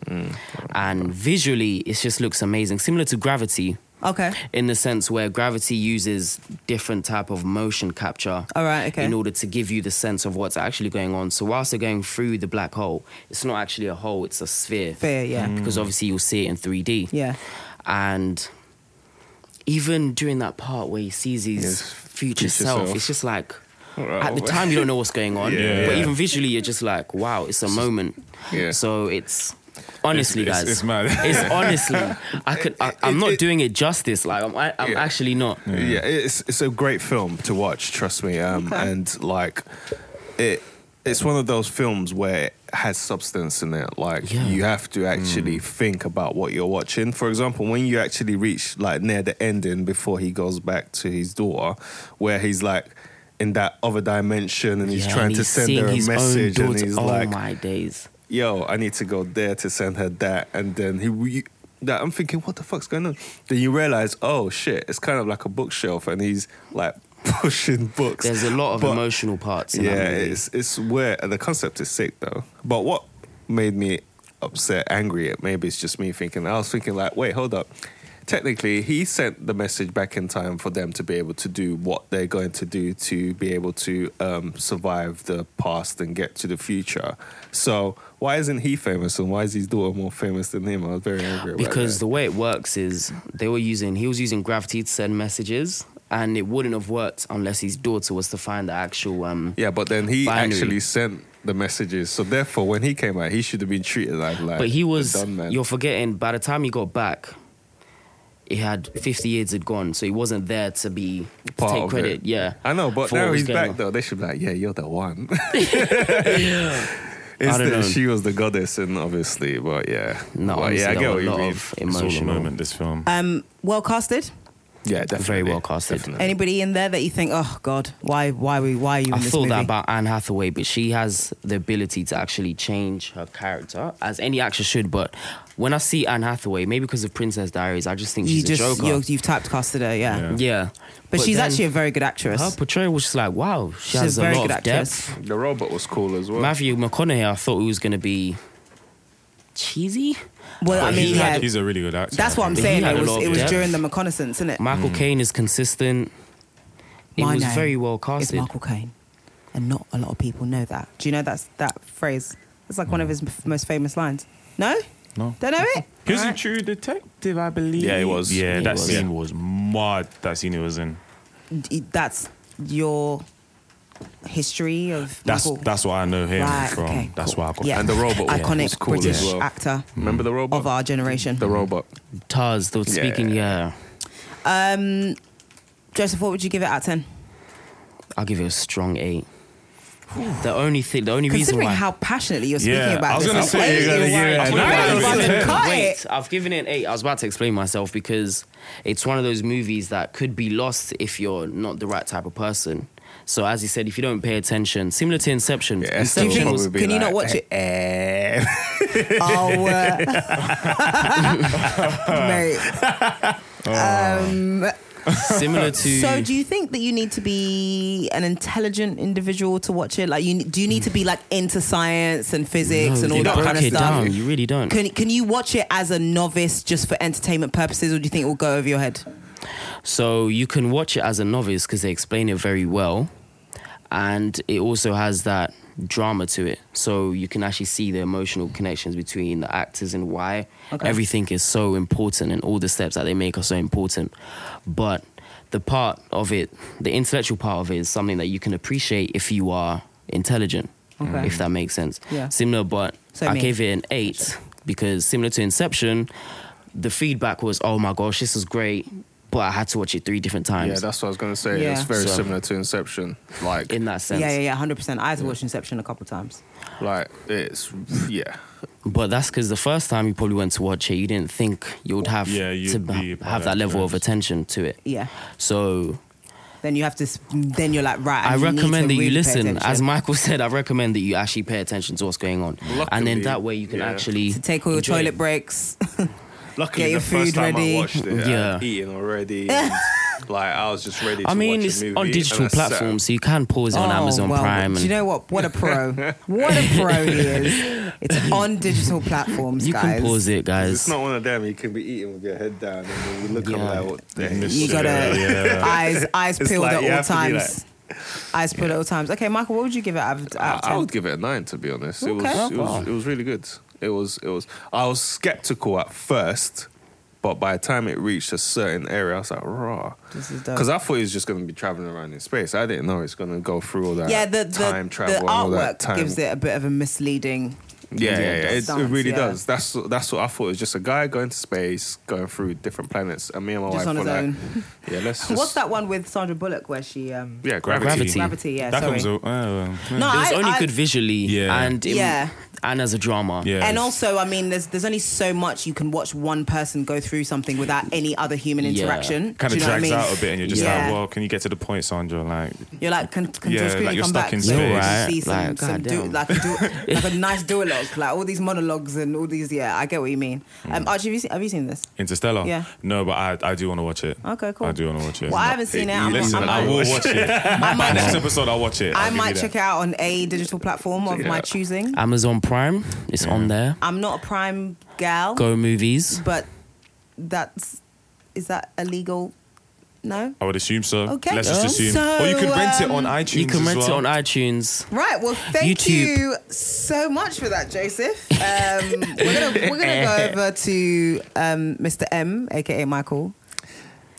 and visually it just looks amazing similar to gravity Okay. in the sense where gravity uses different type of motion capture All right, Oh, okay. in order to give you the sense of what's actually going on so whilst they're going through the black hole it's not actually a hole it's a sphere Fair, yeah. because obviously you'll see it in 3d Yeah. and even during that part where he sees his Yes, future, future self, self. it's just like at the time you don't know what's going on Yeah. but even visually you're just like wow it's a moment Yeah. so it's honestly It's- guys it's mad. it's honestly i could I, i'm It- not it- doing it justice like i'm, I, I'm Yeah. actually not Yeah, it's it's a great film to watch. Trust me, um, and like it, it's one of those films where it has substance in it. Like Yeah. Mm. you have to actually think about what you're watching. For example, when you actually reach like near the ending before he goes back to his daughter, where he's like in that other dimension and he's Yeah, trying and to he's send seeing her a his own message, and daughter. he's oh like, my days yo, I need to go there to send her that. And then he, re- that I'm thinking, what the fuck's going on? Then you realize, oh shit, it's kind of like a bookshelf and he's like pushing books. there's a lot of But- emotional parts in Yeah, that movie. it's, it's where the concept is sick though. But what made me upset, angry, it maybe it's just me thinking, I was thinking, like, wait, hold up. Technically, he sent the message back in time for them to be able to do what they're going to do to be able to um, survive the past and get to the future. So why isn't he famous and why is his daughter more famous than him? I was very angry about because that. the way it works is they were using he was using gravity to send messages and it wouldn't have worked unless his daughter was to find the actual. Um, Yeah, but then he Binary. actually sent the messages. So therefore, when he came out, he should have been treated like like. But he a was. done man. You're forgetting. By the time he got back, he had 50 years had gone, so he wasn't there to be to Part take of credit. it. Yeah, I know, but for what now was he's going back on. though. They should be like, yeah, you're the one. I don't Instead, know. she was the goddess, and obviously, but yeah, No, But, honestly, yeah, I there get were what a you lot mean. of It's all a emotional. moment. This film. Um, well casted. Yeah, definitely, Very well casted. Definitely. Anybody in there that you think, oh God, why, why, we, why are you in I this thought movie? that about Anne Hathaway, but she has the ability to actually change her character, as any actor should. But when I see Anne Hathaway, maybe because of Princess Diaries, I just think you she's just, a joker. you're, you've typecasted her, yeah. Yeah. yeah. But, she's then actually a very good actress. her portrayal was just like wow. She she's has a very lot good of actress. depth. The robot was cool as well. Matthew McConaughey, I thought he was gonna be cheesy. Well, But I mean, he's, yeah, had- he's a really good actor. that's what I'm He saying. had It a was, lot of it was depth. during the reconnaissance, isn't it? Michael Caine is consistent. It My was name very well It's casted. Michael Caine, and not a lot of people know that. Do you know that's that phrase? It's like one of his m- most famous lines. No, No. don't know it. He was All in right. True Detective, I believe. Yeah, he was. Yeah, He that was. scene was mad. That scene he was in. D- That's your history of That's Michael. that's what I know him right. from. okay, that's cool. why I got. yeah. And the robot was- iconic was cool as British well. actor Remember the robot? of our generation. the robot. Taz, they were speaking. Yeah, Um, Joseph, what would you give it out of ten? I'll give it a strong eight. The only thing, the only reason Considering why how passionately you're Yeah, speaking about I was this, gonna I'm say, like, you're gonna "Hey, give it why- an why eight. don't you Wait, fucking cut Wait, it? I've given it an eight. I was about to explain myself because it's one of those movies that could be lost if you're not the right type of person. So as you said, if you don't pay attention, similar to Inception, Yeah, Do you Inception think- was can you not watch it? Oh, uh, mate. Um, similar to. so, do you think that you need to be an intelligent individual to watch it? Like, you do you need to be like into science and physics and all they that break kind of it stuff? down. You really don't. Can can you watch it as a novice just for entertainment purposes, or do you think it will go over your head? So you can watch it as a novice because they explain it very well. And it also has that drama to it. So you can actually see the emotional connections between the actors and why Okay. everything is so important and all the steps that they make are so important. But the part of it, the intellectual part of it, is something that you can appreciate if you are intelligent, Okay. if that makes sense. Yeah. Similar, but So I me. gave it an eight because similar to Inception, the feedback was, "Oh my gosh, this is great," but I had to watch it three different Yeah, times. that's what I was gonna say. Yeah. It's very So- similar to Inception. Like, in that sense. Yeah, yeah, yeah, hundred percent. I had to watch Inception a couple times. like it's yeah. But that's because the first time you probably went to watch it, you didn't think you would have Yeah, you'd to be ha- have that part level of of it. attention to it. Yeah. So Then you have to. s- Then you're like, right. I need to recommend that you really pay listen. As attention Michael said, I recommend that you actually pay attention to what's going on, and then Luckily, that way you can yeah. actually to take all your enjoy it. toilet breaks. Luckily, Get your the first food time ready. I watched it, Yeah. yeah, eating already. and, like I was just ready. To I mean, watch it's a movie, on and digital I sat- platforms, so you can pause it on Oh, Amazon well, Prime. Do And you know what? What a pro! what a pro he is! It's on digital platforms, you guys. can pause it, guys. It's not one of them. You can be eating with your head down, and then you look Yeah. around. What the heck? You gotta Yeah. eyes eyes It's peeled like you at all have to be times. eyes peeled at all times. Okay, Michael, what would you give it out of, I, out of I 10? would give it a nine to be honest. It was Okay. it was it was really good. It was it was I was skeptical at first, but by the time it reached a certain area, I was like, raw. This is dope. Because I thought it was just gonna be traveling around in space. I didn't know it's gonna go through all that yeah, the, the, time travel the and all that artwork time. gives it a bit of a misleading. yeah, yeah, yeah. It, stance, it really yeah. does. That's that's what I thought. It was just a guy going to space, going through different planets, and me and my Just wife on were his like, own. yeah, let's. Just, What's that one with Sandra Bullock where she um Yeah, gravity. Gravity. gravity? Yeah, that sorry. comes. out- oh, well, No, it was I- only I- good visually, Yeah. and it, Yeah. and as a drama. yeah. And also, I mean, there's there's only so much you can watch one person go through something without any other human Yeah. interaction. kind Do of you know drags what I mean? out a bit, and you're just Yeah. like, "Well, can you get to the point, Sandra?" Like, You're like, can, can Yeah, George Clooney like you're come stuck back? in so we space. can See some, Like, some du- goddamn. like, a du- like a nice duologue, like all these monologues and all these. Yeah, I get what you mean. Hmm. Um, Archie, have you seen, have you seen this? Interstellar. Yeah. No, but I I do want to watch it. Okay, cool. I do want to watch it. Well, I haven't seen it. I'm, Listen, I'm, I will watch it. I might, Next episode, I'll watch it. I might check it out on a digital platform of my Yeah. choosing. Amazon Prime, it's on there. I'm not a prime gal, Go movies. but that's is that illegal? No. I would assume so. Okay. Oh, Let's just Yeah. assume. So, or you can rent it on um, iTunes. You can as rent well. it on iTunes. Right. Well, thank YouTube. you so much for that, Joseph. Um, we're gonna we're gonna go over to um, Mr. M, aka Michael.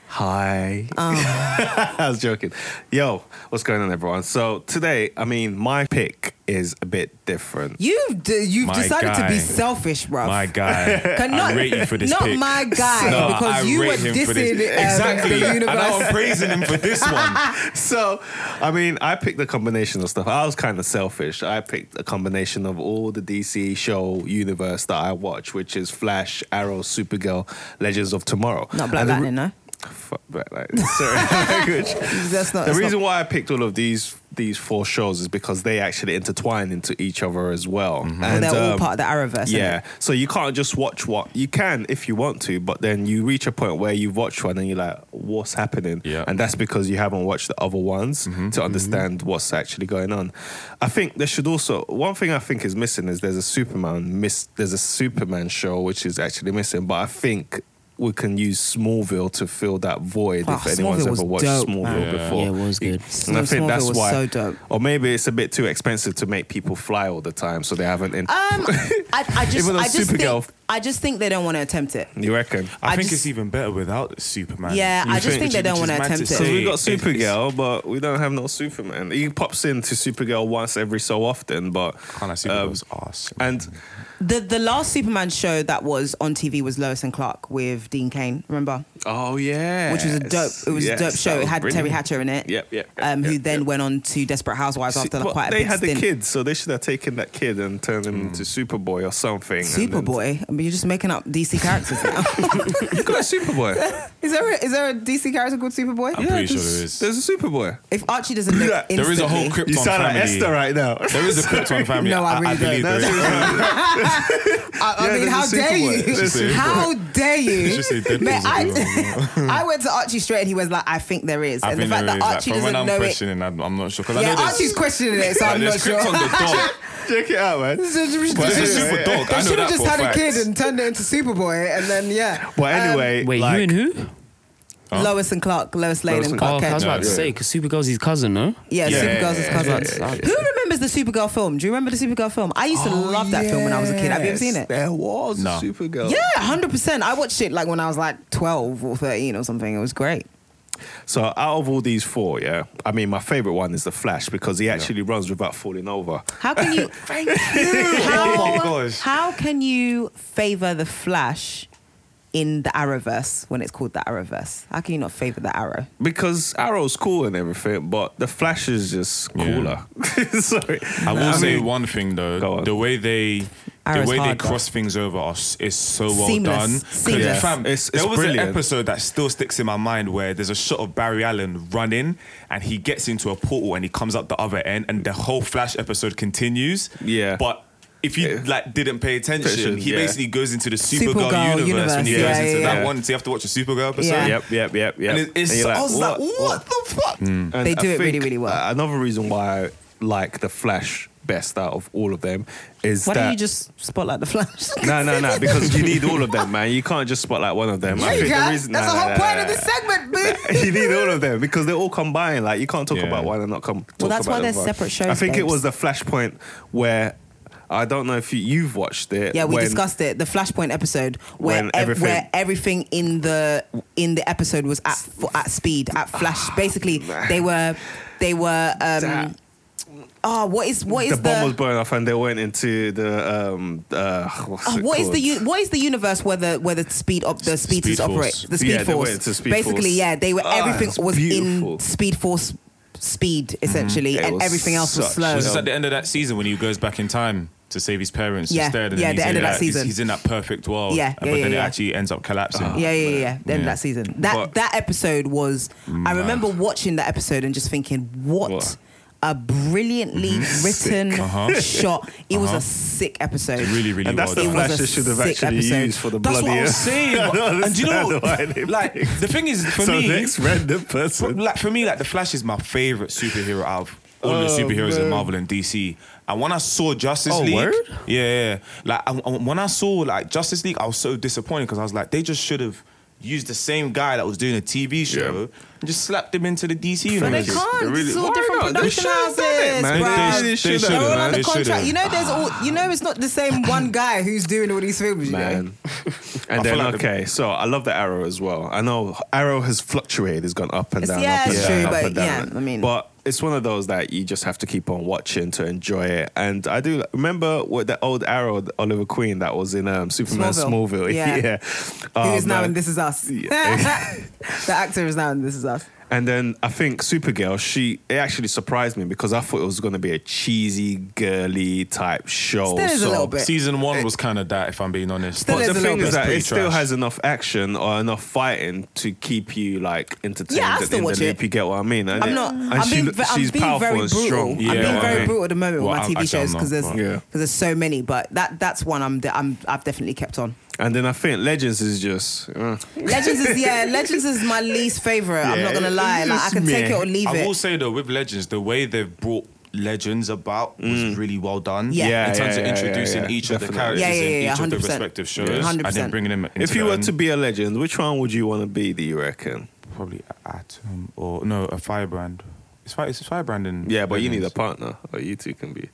Hi. I was joking. Yo, what's going on, everyone? So today, I mean, my pick is a bit different. You've d- you've My decided to be guy. selfish, bruv. My guy. Can- not, I rate you for this Not pick. my guy, No, because I you were rate him for this. dissing um, exactly. the and I'm universe. praising him for this one. Ah. So, I mean, I picked a combination of stuff. I was kind of selfish. I picked a combination of all the DC show universe that I watch, which is Flash, Arrow, Supergirl, Legends of Tomorrow. Not Black And the re- Lightning, no. Fuck Black Lightning. Sorry. language. That's not. the that's reason why I picked all of these these four shows is because they actually intertwine into each other as well. not, And, Mm-hmm. they're all um, part of the Arrowverse. yeah, Yeah. so you can't just watch what you can if you want to, but then you reach a point where you've watched one and you're like, "What's happening?" Yeah. and that's because you haven't watched the other ones to understand what's actually going on. I think there should also one thing I think is missing is there's a Superman miss there's a Superman show which is actually missing, but I think. We can use Smallville to fill that void Oh, if anyone's Smallville was ever watched dope, Smallville man. Yeah. before. Yeah, it was good. And I think Smallville that's was why, so dope. or maybe it's a bit too expensive to make people fly all the time, so they haven't. In- Um, I, I just, Even though I just Supergirl- think, I just think they don't want to attempt it. you reckon? I, I think just- it's even better without Superman. Yeah, I just think they don't which is wanna mad attempt it. say. Because we got It's- it's- Supergirl, but we don't have no Superman. He pops into Supergirl once every so often, but Can't I see um, those ass? and The the last Superman show that was on TV was Lois and Clark with Dean Kane. Remember? oh yeah, Which was a dope. It was a dope show. It had Terry Hatcher in it. Yep, yep, yep, Um, who yep, then yep. went on to Desperate Housewives after like, quite a they big had the stint. kids, so they should have taken that kid and turned Hmm. him into Superboy or something. and then- Superboy. I mean, you're just making up DC characters now. You got a Superboy. is there a, is there a DC character called Superboy? I'm pretty sure there is. There's a Superboy. If Archie doesn't know instantly, There is a whole Krypton family. right now. There is a Krypton family. No, I really don't. believe there is. I, I Yeah, mean, there's a how dare Superboy. you? There's a How dare you? It's just a dead Man, person. I, I went to Archie straight and he was like, I think there is. I and the think fact there that is. Like, Archie from when doesn't I'm know it. questioning, I'm, I'm not sure. 'Cause I know Yeah, there's- Archie's questioning it, so like, I'm not there's sure. Krypton the dog. Check it out, man. But it's a They super dog. I know should that have just for had a a fact. kid and turned it into Superboy, and then yeah. But anyway, Wait, like, you and who? Huh? Lois and Clark, Lois Lane Lois and and Oh, Clark 'cause I Kent. was about to Yeah. say, because Supergirl's his cousin, no? Yeah, Yeah, Supergirl's his yeah, Oh, cousin. yeah, yeah. Who remembers the Supergirl film? Do you remember the Supergirl film? I used to love that film when I was a kid. Have you ever seen yes, it? There was No. a Supergirl. Yeah, hundred percent. I watched it like when I was like twelve or thirteen or something. It was great. So out of all these four, yeah, I mean, my favorite one is the Flash because he actually runs without falling over. How can you? Thank you. Oh my How, gosh. how can you favor the Flash in the Arrowverse when it's called the Arrowverse? How can you not favor the Arrow? Because Arrow's cool and everything, but the Flash is just Yeah. cooler. Sorry, I will say mean, one thing Go though: on. the way they. The Arrow's way they hard, though. cross things over us is so well Seamless. done. 'Cause Seamless. fam, It's- it's there was brilliant. an episode that still sticks in my mind where there's a shot of Barry Allen running and he gets into a portal and he comes out the other end and the whole Flash episode continues. Yeah. But if you like didn't pay attention, Attention, he yeah. basically goes into the Supergirl, Supergirl universe, when he universe, goes yeah, into yeah, that yeah. one. So you have to watch a Supergirl episode. Yeah. Yep, yep, yep, yep. And it, it's, And you're I was like, what, the fuck? And They do I it really, think, really well. uh, another reason why I like the Flash best out of all of them is Why that don't you just spotlight the Flash? no, no, no, because you need all of them, man. You can't just spotlight one of them. Yeah, I you think the can. That's reason- the nah, nah, whole nah, point nah, of this nah. segment, boo. you need all of them because they're all combined. Like you can't talk Yeah. about one and not come. Talk that's about why the they're other. separate shows, I think it babes. was the flashpoint where I don't know if you, you've watched it. Yeah, we when- discussed it. The Flashpoint episode where When ev- everything- where everything in the in the episode was at fu- at speed at flash. Basically, they were they were. Um, That- oh, what is what the is bomb was the blown off and they went into the um uh what's Oh, it what is called? the u- what is the universe where the where the speed of the speedsters Force. operate the speed Yeah, they force went to Speed basically Force. yeah they were Ah, everything it's was in beautiful. speed force speed essentially It and was everything else was such slow Was this at the end of that season when he goes back in time to save his parents Yeah, instead? yeah, he's the end in of that he's- season. He's, in that perfect world. Yeah, but yeah, then yeah, yeah. it actually ends up collapsing. yeah, yeah, yeah, yeah. The end of Yeah. that season. That But- that episode was. I remember watching that episode and just thinking, what, What? a brilliantly written Uh-huh. shot. It was a sick episode. Really, really and that's well the done. It was a flash they should have sick actually episode. used for the That's bloody what I was saying. I don't and do you know, understand why they like picked- the thing is, for so me, next random for, person like for me, like the Flash is my favorite superhero out of all the superheroes in Marvel and DC. And when I saw Justice Oh, League, word? yeah, yeah, like I, I- when I saw like Justice League, I was so disappointed because I was like, they just should have used the same guy that was doing a TV show and just slapped him into the DC But they universe. can't. They really- it's all Why different not? They production should've houses, done it, man. bruv. They- they should've, They're all man. under They contract. should've. You know, there's all. You know, it's not the same one guy who's doing all these films. You know? man And I then, feel like the- okay, so I love the Arrow as well. I know Arrow has fluctuated; it's gone up and It's- down, yeah, up and it's down, true, up but and down. yeah, I mean- but it's one of those that you just have to keep on watching to enjoy it. And I do remember what the old Arrow, the Oliver Queen, that was in um, Superman Smallville. Smallville. Yeah. Um, Who is now uh, in This Is Us? Yeah. the actor is now in This Is Us. And then I think Supergirl, she it actually surprised me because I thought it was going to be a cheesy, girly type show. Still is a so- little bit. Season one was kind of that, if I'm being honest. Still But is But a the little thing bit. is that Pretty it still trash. has enough action or enough fighting to keep you like entertained Yeah, I'll and still in watch the it. loop. You get what I mean? And I'm it- not. and I'm, she being, look- I'm she's being powerful very and brutal. strong. I'm Yeah, being I very mean- brutal at the moment Well, with my I- TV actually, I'm shows not, because there's but- Yeah. because there's so many. But that that's one I'm, de- I'm I've definitely kept on. And then I think Legends is just uh, Legends is yeah. Legends is my least favorite. I'm not gonna Yeah, lie. it's Like I can just take it meh. or leave I will it. say though, with Legends, the way they've brought Legends about was really well done. Yeah. Yeah, in terms yeah, of yeah, introducing yeah, yeah. each of the Definitely. characters Yeah, yeah, yeah, yeah, in each of the 100%. respective shows, Yeah. and then bringing them. Into if you were an- to be a legend, which one would you want to be? Do you reckon? probably Atom or no, a Firebrand. It's fire. It's Firebrand in Yeah, but you need a Legends. partner, or you two can be.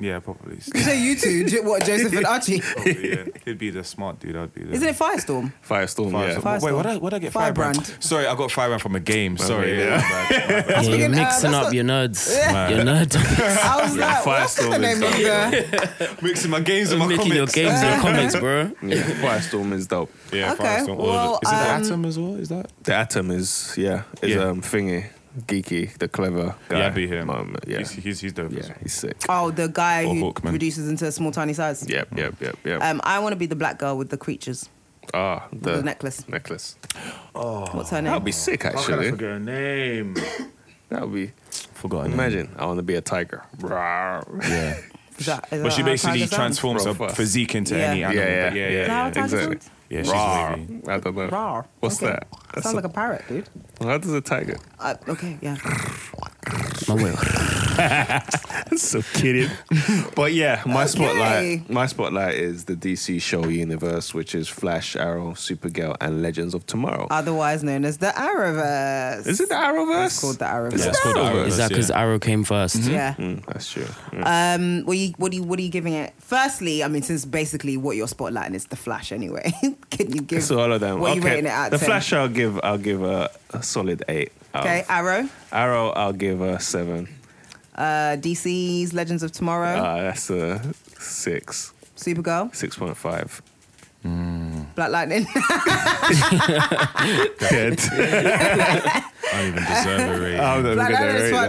Yeah, probably. So you two, J- what Joseph and Archie? probably yeah. He'd be the smart dude. I'd be. The, Isn't it Firestorm? Firestorm, yeah. Firestorm. Wait, what did I, what did I get? Firebrand. Firebrand. Sorry, I got Firebrand from a game. Sorry. yeah. Yeah. my bad, my bad. Yeah, you're thinking, uh, mixing that's up not- your nerds. Yeah. Your nerd. I was like, what's the Firestorm name is of the? Mixing my games and You're my making your comics. games your comics, bro. Yeah, Firestorm is dope. Yeah, Okay, Firestorm. Or well, is it the um, Atom as well? Is that? The Atom is yeah is Yeah. um thingy geeky the clever guy. Yeah, I'd be him. Um, yeah, He's, he's, he's dope. as yeah, well. he's sick. Oh, the guy Or who Hawkman. reduces into a small tiny size. Yep, yep, yep, yep. Um, I want to be the black girl with the creatures. ah, the, the necklace. Necklace. What's her name? That would be sick, How can I actually. forget her name? That would be. Forgot. Imagine, I want to be a tiger. Rawr. Yeah. Is that- But is that she how basically tigers sound? transforms her Bro, first. physique into Yeah. any Yeah, animal. yeah, but yeah, yeah, Is that how yeah. tigers exactly. sound? Yeah, she's wavy. Rawr. I don't know. Rawr. What's Okay. that? That's Sounds like a parrot, dude. How does a tiger? Uh, okay, yeah. My way. so kidding. but yeah, my Okay. spotlight. My spotlight is the DC show universe, which is Flash, Arrow, Supergirl, and Legends of Tomorrow. Otherwise known as the Arrowverse. is it the Arrowverse? It's called the Arrowverse. Yeah, it's called Arrowverse, Is that because yeah. Arrow came 1st Yeah. Mm, that's true. Mm. Um, what are you what are you what are you giving it? Firstly, I mean, since basically what you're spotlighting is the Flash anyway. Can you give So all of them. What are you Okay, rating it at? The 10? Flash, I'll give. I'll give a, a solid eight. out Okay, of- Arrow. Arrow, I'll give a seven. Uh, DC's Legends of Tomorrow, Uh, that's a six, Supergirl, six point five. Black Lightning. Dead. I don't even deserve a rating. I'm not Black gonna Adam's rate part of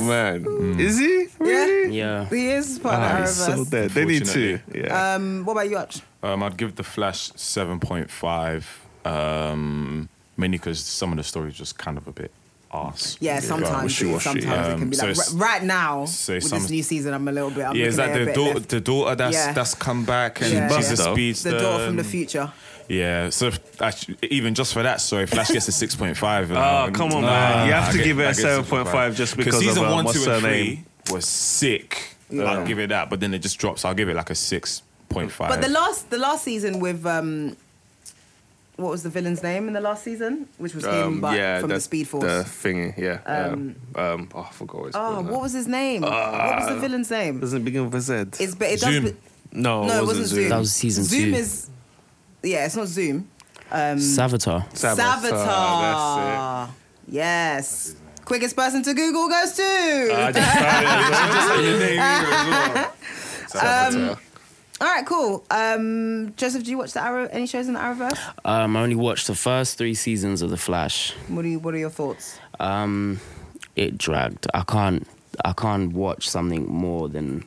Arrowverse. Oh man, is he? Really? Yeah. he is part Ah, of he's the Arrowverse. so dead. They need to. Fortunately. Yeah. Um, what about you, Arch? Um, I'd give the Flash seven point five. Um, mainly because some of the stories just kind of a bit ass. Yeah, sometimes, wishy-washy. sometimes it can be Um, so like it's- ri- right now so with some- this new season, I'm a little bit. I'm yeah, is looking that at it a the, bit daughter? left. the daughter that's Yeah. that's come back and Yeah. she's Yeah. a speedster? the daughter from the and- future? Yeah, so if, actually, even just for that, sorry, Flash gets a six point five. Oh, come on, man. You have to give it a 7.5 just because season of, um, one, what's two, and her three was sick. I'll give it that, but then it just drops. I'll give it like a six point five. But the last the last season with um, what was the villain's name in the last season? Which was Um, him, but from the Speed Force. Um, The thingy, yeah. Um, Um, um, oh, I forgot what it's oh, called now. what was his name? what was the villain's name? Doesn't it begin with a Z. It's but it Zoom. does. be- no, no, it wasn't Zoom. That was season Zoom two. is yeah, it's not Zoom. Savitar. Saboteur, Saboteur. Yes. Quickest person to Google goes to. Uh, Um, That's it. Saboteur. All right, cool. Um, Joseph, do you watch the Arrow? Any shows in the Arrowverse? Um, I only watched the first three seasons of The Flash. What are you, What are your thoughts? Um, it dragged. I can't. I can't watch something more than.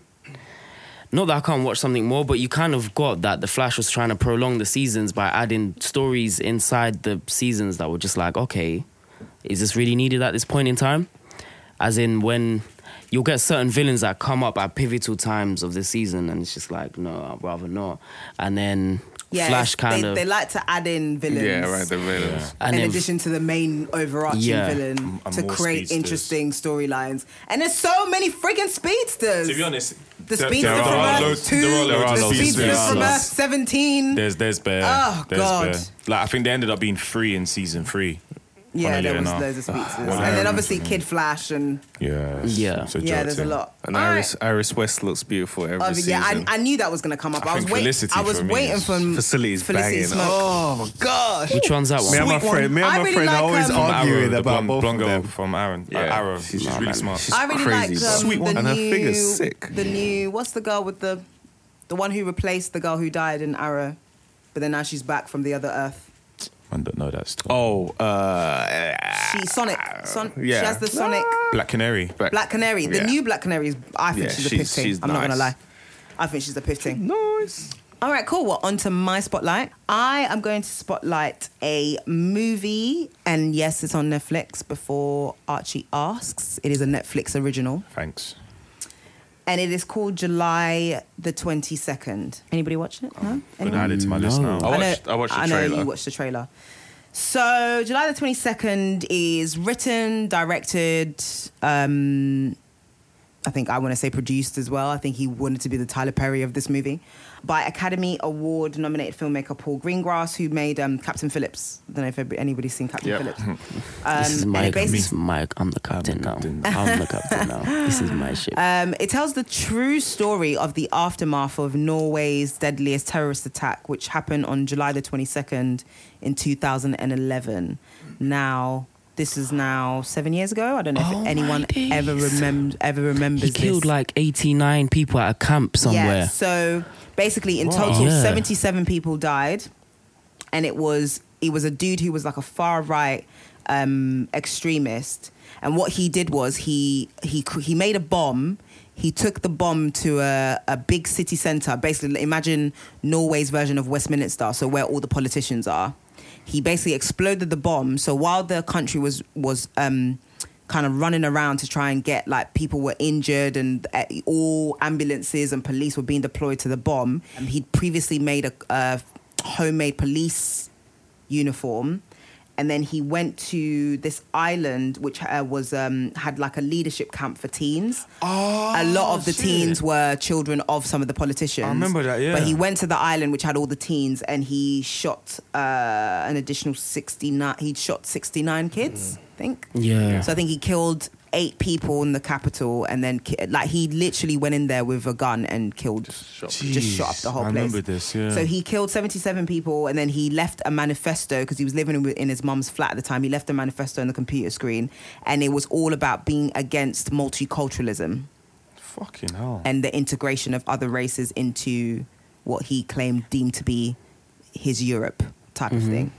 Not that I can't watch something more, but you kind of got that the Flash was trying to prolong the seasons by adding stories inside the seasons that were just like, okay, is this really needed at this point in time? As in when you'll get certain villains that come up at pivotal times of the season, and it's just like, no, I'd rather not. And then Flash it's- kind they, of, they like to add in villains. Yeah, right, the villains. and in then addition to the main overarching Yeah, villain and to more create speedsters. interesting storylines. And there's so many freaking speedsters. to be honest, the there- speedster there from are Earth loads- 2, there are loads the of speedster speedsters. from Yeah. Earth 17. There's there's bear. Oh, there's God. Bear. Like I think they ended up being three in season three. Yeah, there Funnily was enough. loads of speeches, Well, um, and then I- obviously Kid Flash and Yeah. Yeah. it's a yeah, joke there's to a me. lot. And All right. Iris, Iris West looks beautiful every Oh, season. yeah, I, I knew that was gonna come up. I I, was think waiting. Felicity I was for me waiting is- for Facility's Felicity banging. Smoke. Oh my gosh. Which one's that one? Me and my Sweet friend, me and one. I my really friend like, are always um, From Arrow, arguing the about blonde, both blonde of girl them. from Aaron. Uh, Yeah, Arrow. she's She's just really really- smart. she's- I really Crazy, liked bro. um, Sweet the one. new, And her figure's sick. The new what's the girl with the the one who replaced the girl who died in Arrow, but then now she's back from the other Earth. I don't know that stuff. Oh, uh, She Sonic. Son, She yeah. has the Sonic Black Canary. Black Canary. The Yeah. new Black Canary is. I think Yeah, she's a she's- pifting. she's I'm not gonna lie. nice. I think she's a pifting. Nice. All right, cool. Well, on to my spotlight. I am going to spotlight a movie, and yes, it's on Netflix. Before Archie asks, it is a Netflix original, Thanks. and it is called July the twenty second. Anybody watching it? No. Gonna Anyone? add it to my list No. now. I watched, I watched the I know trailer. you watched the trailer. So July the 22nd is written, directed, um, I think I want to say produced as well. I think he wanted to be the Tyler Perry of this movie by Academy Award nominated filmmaker Paul Greengrass, who made um, Captain Phillips. I don't know if every- anybody's seen Captain Phillips. Um, This is and my it this basically is my I'm the captain Uh, now. I'm the captain now. This is my ship. Um, it tells the true story of the aftermath of Norway's deadliest terrorist attack, which happened on July the 22nd in 2011. Now, this is now seven years ago. I don't know if Oh my anyone days. ever remem- ever remembers He killed this. like 89 people at a camp Yeah, somewhere. so basically, in total, Yeah. 77 people died, and it was it was a dude who was like a far right um, extremist. And what he did was he he cr- he made a bomb. He took the bomb to a, a big city center. Basically, imagine Norway's version of Westminster, so where all the politicians are. He basically exploded the bomb. So while the country was was um, kind of running around to try and get like people were injured and uh, all ambulances and police were being deployed to the bomb. Um, he'd previously made a, a homemade police uniform. And then he went to this island, which uh, was um, had like a leadership camp for teens. Oh, a lot of the teens were children of some of the politicians. I remember that, yeah. But he went to the island, which had all the teens, and he shot uh, an additional sixty nine. He shot sixty nine kids, I think. Yeah. So I think he killed eight people in the capital, and then ki- like he literally went in there with a gun and killed, just shot, up the whole I place. remember this, yeah. So he killed seventy-seven people, and then he left a manifesto because he was living in, in his mum's flat at the time. He left a manifesto on the computer screen, and it was all about being against multiculturalism Fucking hell. and the integration of other races into what he claimed deemed to be his Europe type Mm-hmm. of thing.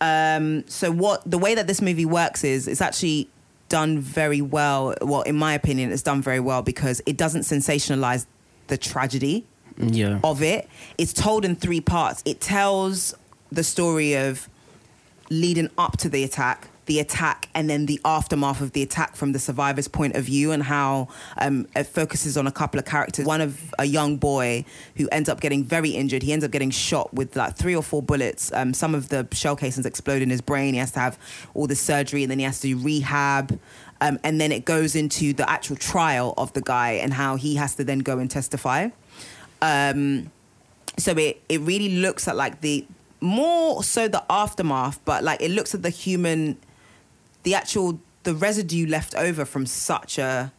Um, so what the way that this movie works is it's actually done very well. Well, in my opinion, it's done very well because it doesn't sensationalize the tragedy yeah. of it. It's told in three parts. It tells the story of leading up to the attack, the attack, and then the aftermath of the attack from the survivor's point of view, and how um, it focuses on a couple of characters. One of a young boy who ends up getting very injured. He ends up getting shot with like three or four bullets. Um, some of the shell casings explode in his brain. He has to have all the surgery, and then he has to do rehab. Um, and then it goes into the actual trial of the guy and how he has to then go and testify so it it really looks at like the more so the aftermath but like it looks at the human the actual the residue left over from such a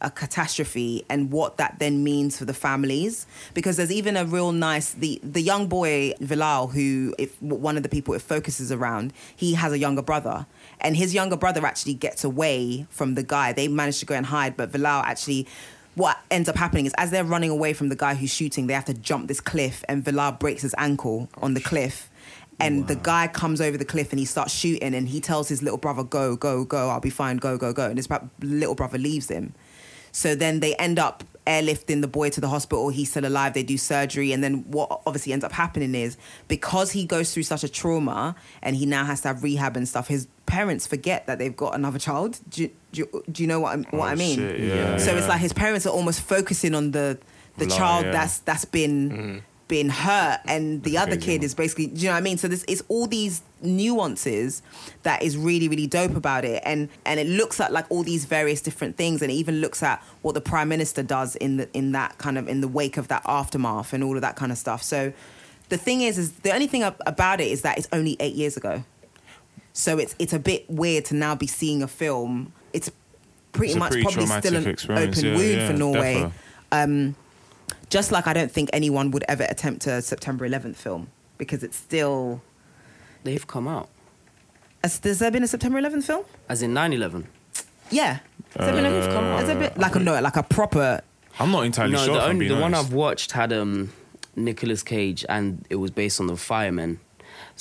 a catastrophe and what that then means for the families because there's even a real nice the the young boy Vilal who if one of the people it focuses around he has a younger brother and his younger brother actually gets away from the guy they manage to go and hide but Vilal actually what ends up happening is as they're running away from the guy who's shooting they have to jump this cliff and Vilal breaks his ankle on the cliff and the guy comes over the cliff and he starts shooting and he tells his little brother, go, go, go, I'll be fine, go, go, go. And his bro- little brother leaves him. So then they end up airlifting the boy to the hospital. He's still alive. They do surgery. And then what obviously ends up happening is because he goes through such a trauma and he now has to have rehab and stuff, his parents forget that they've got another child. Do, you- do, you- do you know what, I'm, what I mean? Oh, shit, yeah, so it's yeah. like his parents are almost focusing on the, the Like, child yeah. Mm-hmm. that's that's been been hurt and the other kid is basically do you know what I mean so this it's all these nuances that is really really dope about it and and it looks at like all these various different things and it even looks at what the prime minister does in the in that kind of in the wake of that aftermath and all of that kind of stuff so the thing is is the only thing ab- about it is that it's only 8 years ago So it's it's a bit weird to now be seeing a film. It's pretty It's a much pretty probably still traumatic an experience, open yeah, wound yeah, for Norway. defo. Um, just like I don't think anyone would ever attempt a September 11th film because it's still. They've come out. Has, has there been a September 11th film? As in 9 11. Yeah. Has there been a- has there been- like a no, like a proper. I'm not entirely No, sure. the, if I'm only, being the one honest. I've watched had um, Nicolas Cage and it was based on the firemen.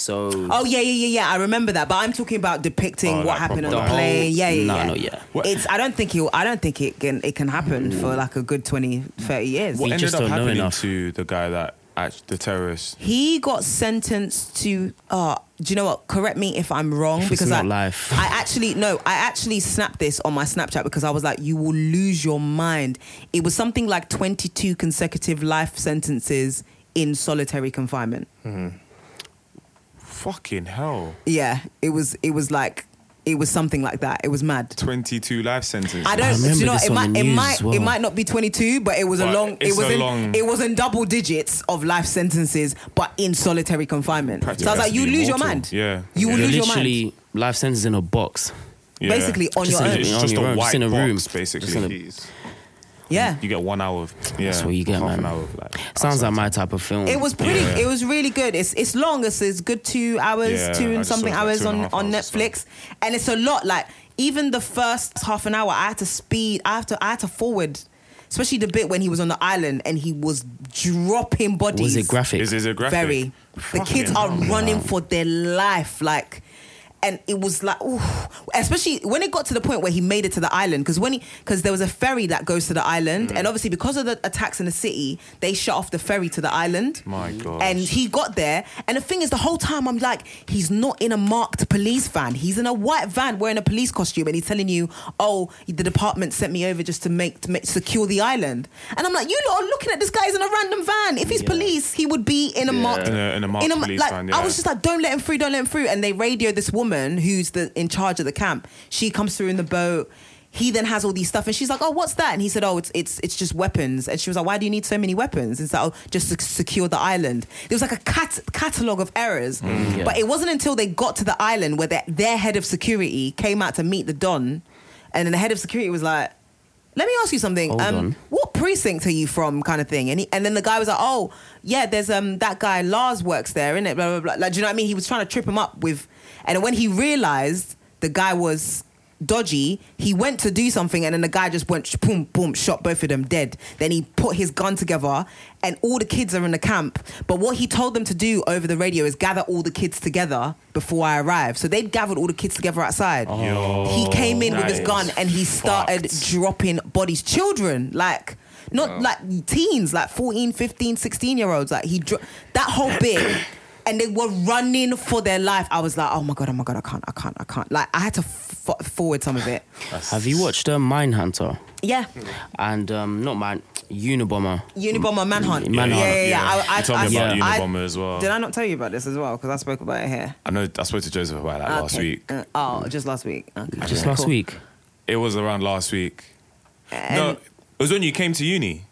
So. Oh yeah, yeah, yeah, yeah. I remember that, but I'm talking about depicting Oh, what like happened on proper the like- plane. Yeah, yeah, No, yeah. no, yeah. What- It's. I don't think you. I don't think it can. It can happen for like a good 20, 30 years. What We ended just up don't know happening enough. to the guy that act, the terrorist? He got sentenced to. Uh, do you know what? Correct me if I'm wrong If it's because not I, life. I actually no, I actually snapped this on my Snapchat because I was like, "You will lose your mind." It was something like 22 consecutive life sentences in solitary confinement. Fucking hell! Yeah, it was. It was like. It was something like that. It was mad. 22 life sentences. I don't. I do you remember know, this it on the might, it news might, as well. it might not be twenty-two, but it was a But long. It it's was a in, long- It was in double digits of life sentences, but in solitary confinement. So I was like, Practically you lose your immortal. mind. Yeah. you will You're lose your literally mind. life sentence in a box. Yeah. Basically on Just your in own. a- It's on just your a own, just white in a room. box, Just in a- basically. Jeez. Yeah, You get one hour of yeah. That's what you get, half man. An hour of, like, Sounds like outside. my type of film. it was pretty. Yeah. It was really good. It's it's long. It's, it's good two hours, Yeah, two I and just something saw it was like hours two and a on half on hours or Netflix, and it's a lot. Like even the first half an hour, I had to speed. I have to. I had to forward. Especially the bit when he was on the island and he was dropping Was bodies. it graphic? Is, is it graphic? Very. The Fucking kids are hell. running for their life, like. And it was like, ooh, especially when it got to the point where he made it to the island, because when he, because there was a ferry that goes to the island, Mm. and obviously because of the attacks in the city, they shut off the ferry to the island. My God. And he got there, and the thing is, the whole time I'm like, he's not in a marked police van. He's in a white van wearing a police costume, and he's telling you, "Oh, the department sent me over just to make, to make secure the island." And I'm like, "You lot are looking at this guy. He's in a random van. If he's police, he would be in a marked In a- in a marked police like, van, I yeah. was just like, "Don't let him through. Don't let him through." And they radio this woman who's the in charge of the camp. She comes through in the boat. He then has all these stuff, and she's like, "Oh, what's that?" And he said, "Oh, it's it's it's just weapons." And she was like, "Why do you need so many weapons?" It's like, "Oh, just to secure the island." There was like a cat- catalog of errors, Mm, Yeah. but it wasn't until they got to the island where their, their head of security came out to meet the don, and then the head of security was like, "Let me ask you something. um, Hold on. what precinct are you from?" Kind of thing, and he, and then the guy was like, "Oh, yeah, there's um that guy Lars works there, innit? Blah blah blah." Like, do you know what I mean? He was trying to trip him up with, and when he realized the guy was dodgy, he went to do something, and then the guy just went sh- boom boom, shot both of them dead. Then he put his gun together, and all the kids are in the camp. But what he told them to do over the radio is gather all the kids together before I arrive. So they'd gathered all the kids together outside. he came in with that his is gun and he started fucked. dropping bodies children like not like teens like 14 15 16 year olds like he dro- that whole bit and they were running for their life i was like oh my god oh my god i can't i can't i can't like i had to f- forward some of it Have you watched uh, Mindhunter? yeah And um, not Mine, Unabomber. unibomber manhunt Man- yeah yeah yeah, Mm, yeah. I, I, You told me I- about I- Unabomber as well. did i not tell you about this as well because i spoke about it here I know. I spoke to Joseph about that last Okay. week. Uh, oh just last week okay. Just cool. last week. It was around last week. no, And- it was when you came to uni. It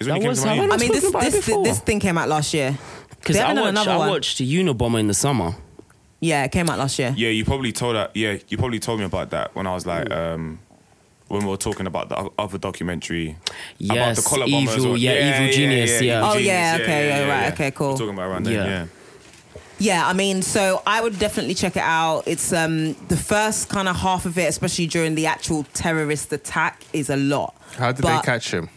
was when That you came was- to my I uni. i mean spoke this about it this, before. this thing came out last year Because They I, haven't done watched, another I one. watched Unabomber in the summer. yeah it came out last year Yeah, you probably told that. Yeah, you probably told me about that when I was like, um, when we were talking about the o- other documentary about the Yes, collar bomber as Evil, well. yeah, Evil Genius, yeah. Evil Oh, yeah, Genius, okay, yeah, right, okay, cool. We're talking about around Yeah. then, yeah. Yeah, I mean, so I would definitely check it out. It's um the first kind of half of it, especially during the actual terrorist attack, is a lot. How did But they catch him?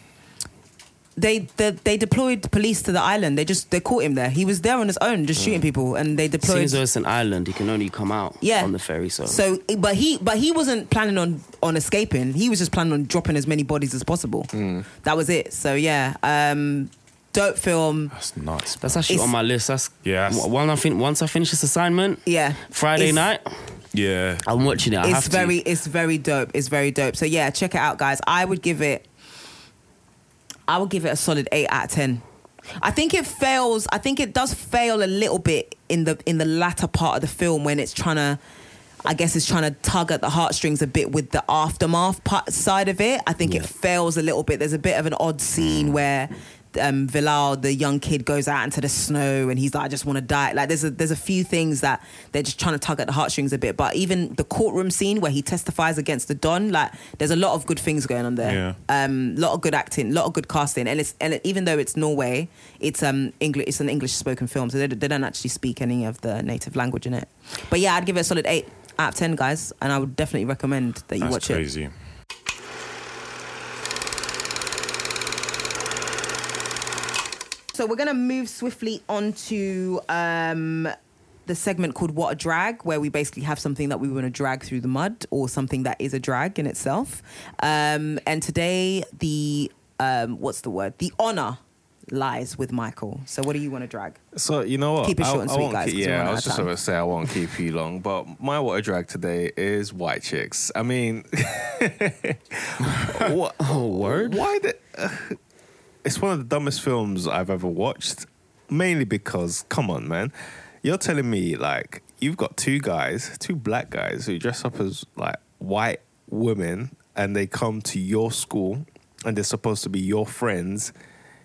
They, they they deployed police to the island. They just they caught him there. He was there on his own, just Mm. shooting people, and they As soon deployed. as it's an island, you can only come out yeah, on the ferry. So, so but he but he wasn't planning on on escaping. He was just planning on dropping as many bodies as possible. Mm. That was it. So yeah, um, dope film. That's nuts. that's actually It's- on my list. That's Yes. w- When I fin- once I finish this assignment, Yeah, Friday It's- night, Yeah, I'm watching it. I have it's very to. it's very dope it's very dope so yeah check it out guys i would give it i would give it a solid 8 out of 10 i think it fails i think it does fail a little bit in the in the latter part of the film when it's trying to I guess it's trying to tug at the heartstrings a bit with the aftermath part, side of it. I think it Yeah. fails a little bit. There's a bit of an odd scene where um, Vilal, the young kid, goes out into the snow and he's like, I just want to die. Like there's a, there's a few things that they're just trying to tug at the heartstrings a bit. But even the courtroom scene where he testifies against the Don, like there's a lot of good things going on there. Yeah. Um, lot of good acting, lot of good casting, and it's and it, even though it's Norway, it's um English, it's an English spoken film, so they, they don't actually speak any of the native language in it. But yeah, I'd give it a solid eight out of ten, guys, and I would definitely recommend that you That's watch it. crazy. So we're gonna move swiftly on to um, the segment called "What a Drag," where we basically have something that we want to drag through the mud, or something that is a drag in itself. Um, and today, the um, what's the word? The honor lies with Michael. So, what do you want to drag? So you know what? Keep it short I, and I sweet, won't guys, keep- 'cause we're yeah, running I out was of just time. about to say I won't keep you long, but my water drag today is white chicks. I mean, what? Oh, word! Why the? uh, it's one of the dumbest films I've ever watched. Mainly because, come on, man, you're telling me like you've got two guys, two black guys who dress up as like white women, and they come to your school, and they're supposed to be your friends.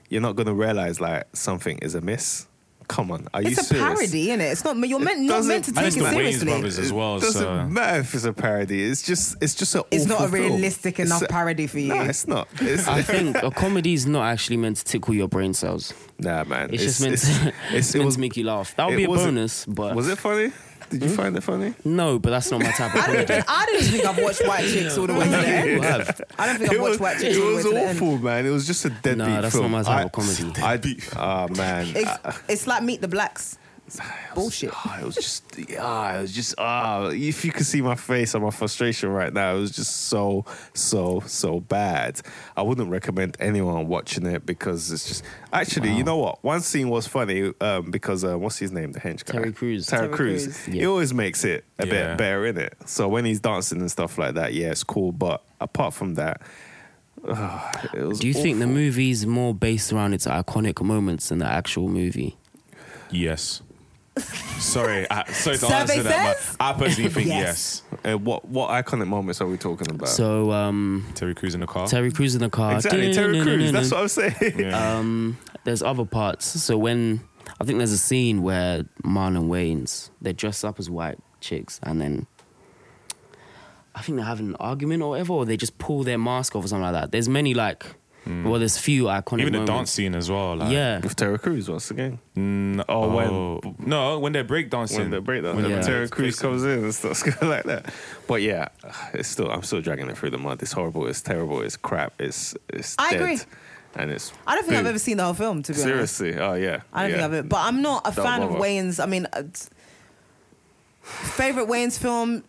You're not gonna realize like something is amiss. Come on, are you It's a serious? parody, isn't it? It's not you're meant It not doesn't- meant to And take it it's the Wayne's seriously. brothers as well. It doesn't So matter if it's a parody. It's just it's just a. It's not a awful film. realistic oh, It's enough a- parody for you. No, it's not. It's, I think a comedy is not actually meant to tickle your brain cells. nah, man. It's, just meant to, it's meant to make you laugh. That would it be a wasn't- bonus, but Was it funny? Did you find it funny? no, but that's not my type of I don't comedy. even. I don't even think I've watched White Chicks all the way to the end. You have. I don't think I've watched White Chicks it all the way was to the end. awful, man. It was just a deadbeat Nah, that's film. not my type of comedy. comedy. I, oh man, It's, it's like Meet the Blacks. It's Oh, bullshit. Ah, it was just ah, it was just ah. If you could see my face and my frustration right now, it was just so so so bad. I wouldn't recommend anyone watching it because it's just actually, you know what? One scene was funny um, because uh, what's his name, the hench guy, Terry Crews. Terry, Terry Crews. Crews. Yeah. He always makes it a Yeah. bit better in it. So when he's dancing and stuff like that, yeah, it's cool. But apart from that. ah, it was Do you think the awful. movie's more based around its iconic moments than the actual movie? yes. sorry, I, sorry to Survey answer that. says? But I personally think Yes. yes. Uh, what what iconic moments are we talking about? So, uh, um, Terry Crews in the car. Terry Crews in the car. exactly, Terry Crews. That's what I'm saying. yeah. um, there's other parts. So when I think there's a scene where Marlon Wayans they dress up as white chicks and then I think they're having an argument or whatever, or they just pull their mask off or something like that. There's many like, well, there's few iconic. Hmm. Even the dance moments. scene as well. Like, Yeah, With Terry Crews once again. No, Oh, when- no, when they're breakdancing. when the breakdown, Yeah. when Terry Crews comes in and stuff like that. But yeah, it's still I'm still dragging it through the mud. It's horrible. It's terrible. It's crap. It's it's. I dead. agree. And it's. I don't think I've boo. ever seen the whole film. To be honest. Seriously, oh yeah. I don't yeah. think I've ever, but I'm not a Don't fan of bother. Wayans. I mean, uh, t- favorite Wayans film.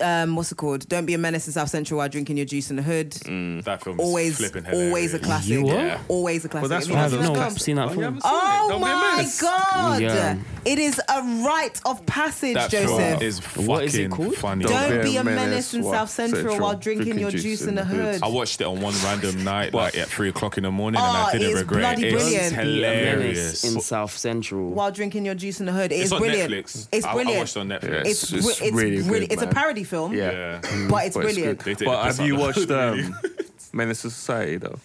Um, what's it called? Don't be a menace in South Central while drinking your juice in the hood. that film is always, flipping hilarious. always a classic. You what? Always a classic. Well, that's Have you what not I've seen that not seen that film? Oh, film. you haven't seen it? Oh Don't be a my menace. god! Yeah. It is a rite of passage, That Joseph. film is fucking What is it called? funny. Don't be a menace in while- South Central while drinking your juice in the hood. I watched it on one random night, like at three o'clock in the morning, and Oh, I it didn't is regret bloody it. It's brilliant. hilarious. in South Central. While drinking your juice in the hood, It it's is on brilliant. Netflix. It's I- brilliant. I, watched it on Netflix. Yeah, It's, It's- br- it's it's really good, brilli- It's a man. parody film, Yeah. yeah. Mm-hmm. but it's But it's brilliant. They take the But piss have out you of watched it. um, Menace to Society though?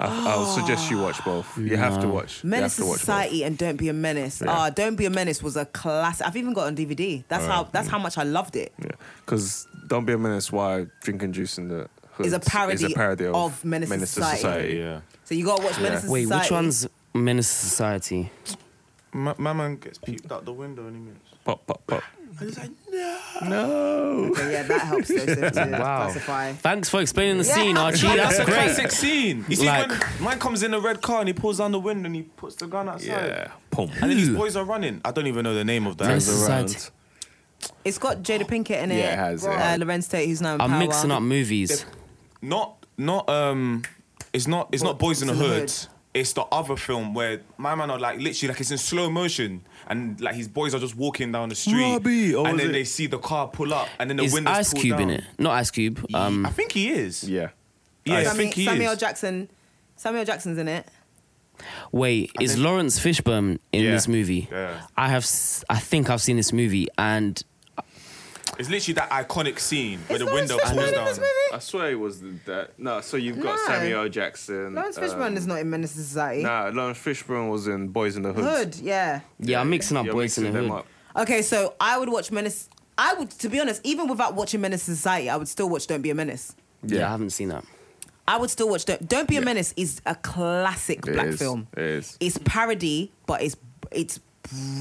I, I'll suggest you watch both. You have to watch. You Menace have to to watch both. Society and Don't Be a Menace. Yeah. Ah, Don't Be a Menace was a classic. I've even got it on DVD. That's how that's how much I loved it. Yeah, because don't be a menace. Why drinking juice in the hood Is a parody of, of Menace to Society. yeah. So you gotta watch Menace to Wait, Society. which one's Menace to Society? My, my man gets puked out the window in a minute. Pop, pop, pop. I was like, No. Okay, yeah, that helps Joseph to Wow. classify. Thanks for explaining the Yeah. scene, Archie. That's That's a great. classic scene. You see, Like- when man comes in a red car and he pulls down the window and he puts the gun outside. Yeah. Pump. And then these Who? boys are running. I don't even know the name of that. Menace to Society. Around. It's got Jada Pinkett in it. Yeah, it has, yeah. Uh, Lorenz Tate, who's now in I'm Power. mixing up movies. not not um it's not it's not boys in the hood. It's the other film where my man are like literally like it's in slow motion and like his boys are just walking down the street Robbie, or and was then it- they see the car pull up and then the Is windows Ice pull Cube in down. it? Not Ice Cube. Um, I think he is. Yeah. Yeah, I Sammy- think he Samuel is. Jackson. Samuel Jackson's in it. Wait, is Lawrence Fishburne in Yeah. this movie? Yeah. I have, s- I think I've seen this movie, and It's literally that iconic scene where It's the Lawrence window Fishburne pulls in down. Uh, this movie. I swear it was that. No, so you've got No. Samuel L. Jackson. Lawrence um, Fishburne is not in Menace to Society. Nah, Lawrence Fishburne was in Boys in the Hood. Hood, yeah. Yeah, I'm mixing up You're Boys in the mixing them Hood. up. Okay, so I would watch Menace. I would, to be honest, even without watching Menace to Society, I would still watch Don't Be a Menace. Yeah. I haven't seen that. I would still watch Don't, Don't Be a Yeah. Menace is a classic It black is, film. It is. It's parody, but it's it's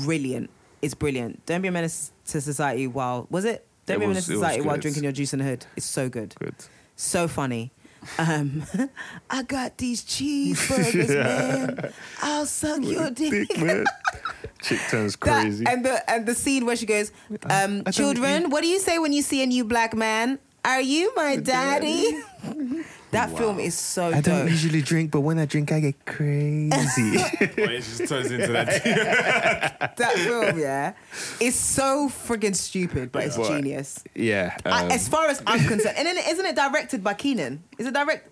brilliant. It's brilliant. Don't be a menace to society while was it? Don't It be a was- menace to it was society while good. drinking your juice in the hood. It's so good. Good. So funny. Um, I got these cheeseburgers, man. I'll suck your dick. Dick, man. Chick turns That- crazy. and the and the scene where she goes, um, children, what do you say when you see a new black man? Are you my daddy? that film is so dope. usually drink, but when I drink, I get crazy. But it just turns into that. that film, yeah, is so friggin' stupid, but it's genius. yeah. I- um, as far as I'm concerned, and then isn't it directed by Keenan? Is it direct?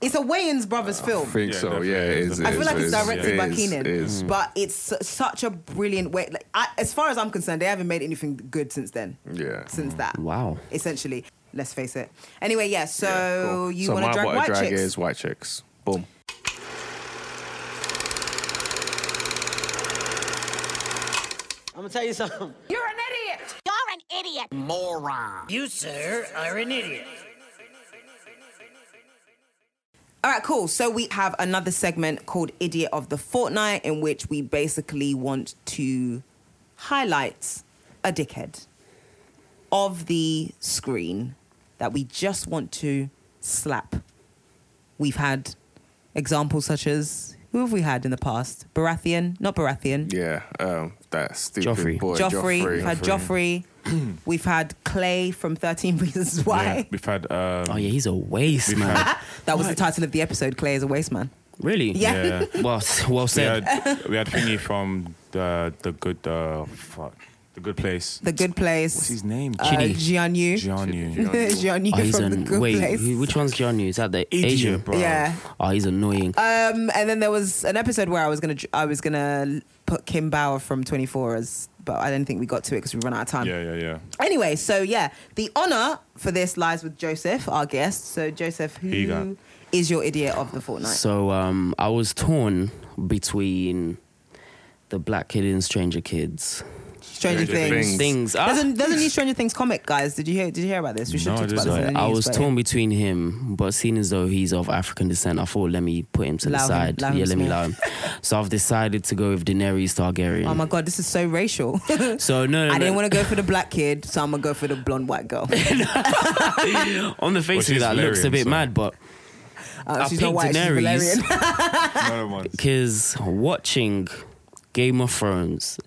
It's a Wayans brothers I film. think Yeah, so. definitely Yeah, it is, is. I it feel is, like it it's Oh, is, directed it by is, Keenan, It is. but it's su- such a brilliant way. Like, I, as far as I'm concerned, they haven't made anything good since then. Yeah. Since that, Wow. essentially. essentially, let's face it. Anyway, yeah. So Yeah, cool. you so want my to drag what white I drag chicks? is white chicks. Boom. I'm gonna tell you something. You're an idiot. You're an idiot. You, sir, are an idiot. All right, cool. So we have another segment called Idiot of the Fortnight, in which we basically want to highlight a dickhead of the screen that we just want to slap. We've had examples such as who have we had in the past? Baratheon, not Baratheon. Yeah. Um, that stupid Joffrey. boy. Joffrey. Joffrey. We've had Joffrey. We've had Clay from Thirteen Reasons Why. We've had. Oh Um, yeah, he's a waste we've man. had. That was the title of the episode. Clay is a waste man. Really? Yeah. Yeah. Well, well We said. had, we had thingy from the the good uh, fuck the good place. The Good Place. What's his name? uh, Chidi. Jian Yu. John Yu. Jian Yu Oh, he's from an the Good wait. Place. who- which one's John? Is that the Asian? bro. Yeah. Oh, he's annoying. Um, and then there was an episode where I was gonna I was gonna put Kim Bauer from 24 as, but I didn't think we got to it because we ran out of time. Yeah, yeah, yeah. Anyway, so yeah, the honor for this lies with Joseph, our guest. So Joseph, you got? who is your idiot of the fortnight? So um, I was torn between the black kid and Stranger Kids. Stranger Stranger Things. Things. Things. ah. There's a, there's a new Stranger Things comic, guys. Did you hear? Did you hear about this? We should No, talk I about this. didn't. in the I news, was but torn between him, but seeing as though he's of African descent, I thought let me put him to Allow the him, side. allow him yeah, let me Smith. allow him. So I've decided to go with Daenerys Targaryen. Oh my god, this is so racial. so no, no, no. I didn't want to go for the black kid, so I'm gonna go for the blonde white girl. On the face of Well, it, she's that looks a Valerian, bit so- mad, but Uh, I she's not picked white. She's Daenerys. Valerian. because watching Game of Thrones,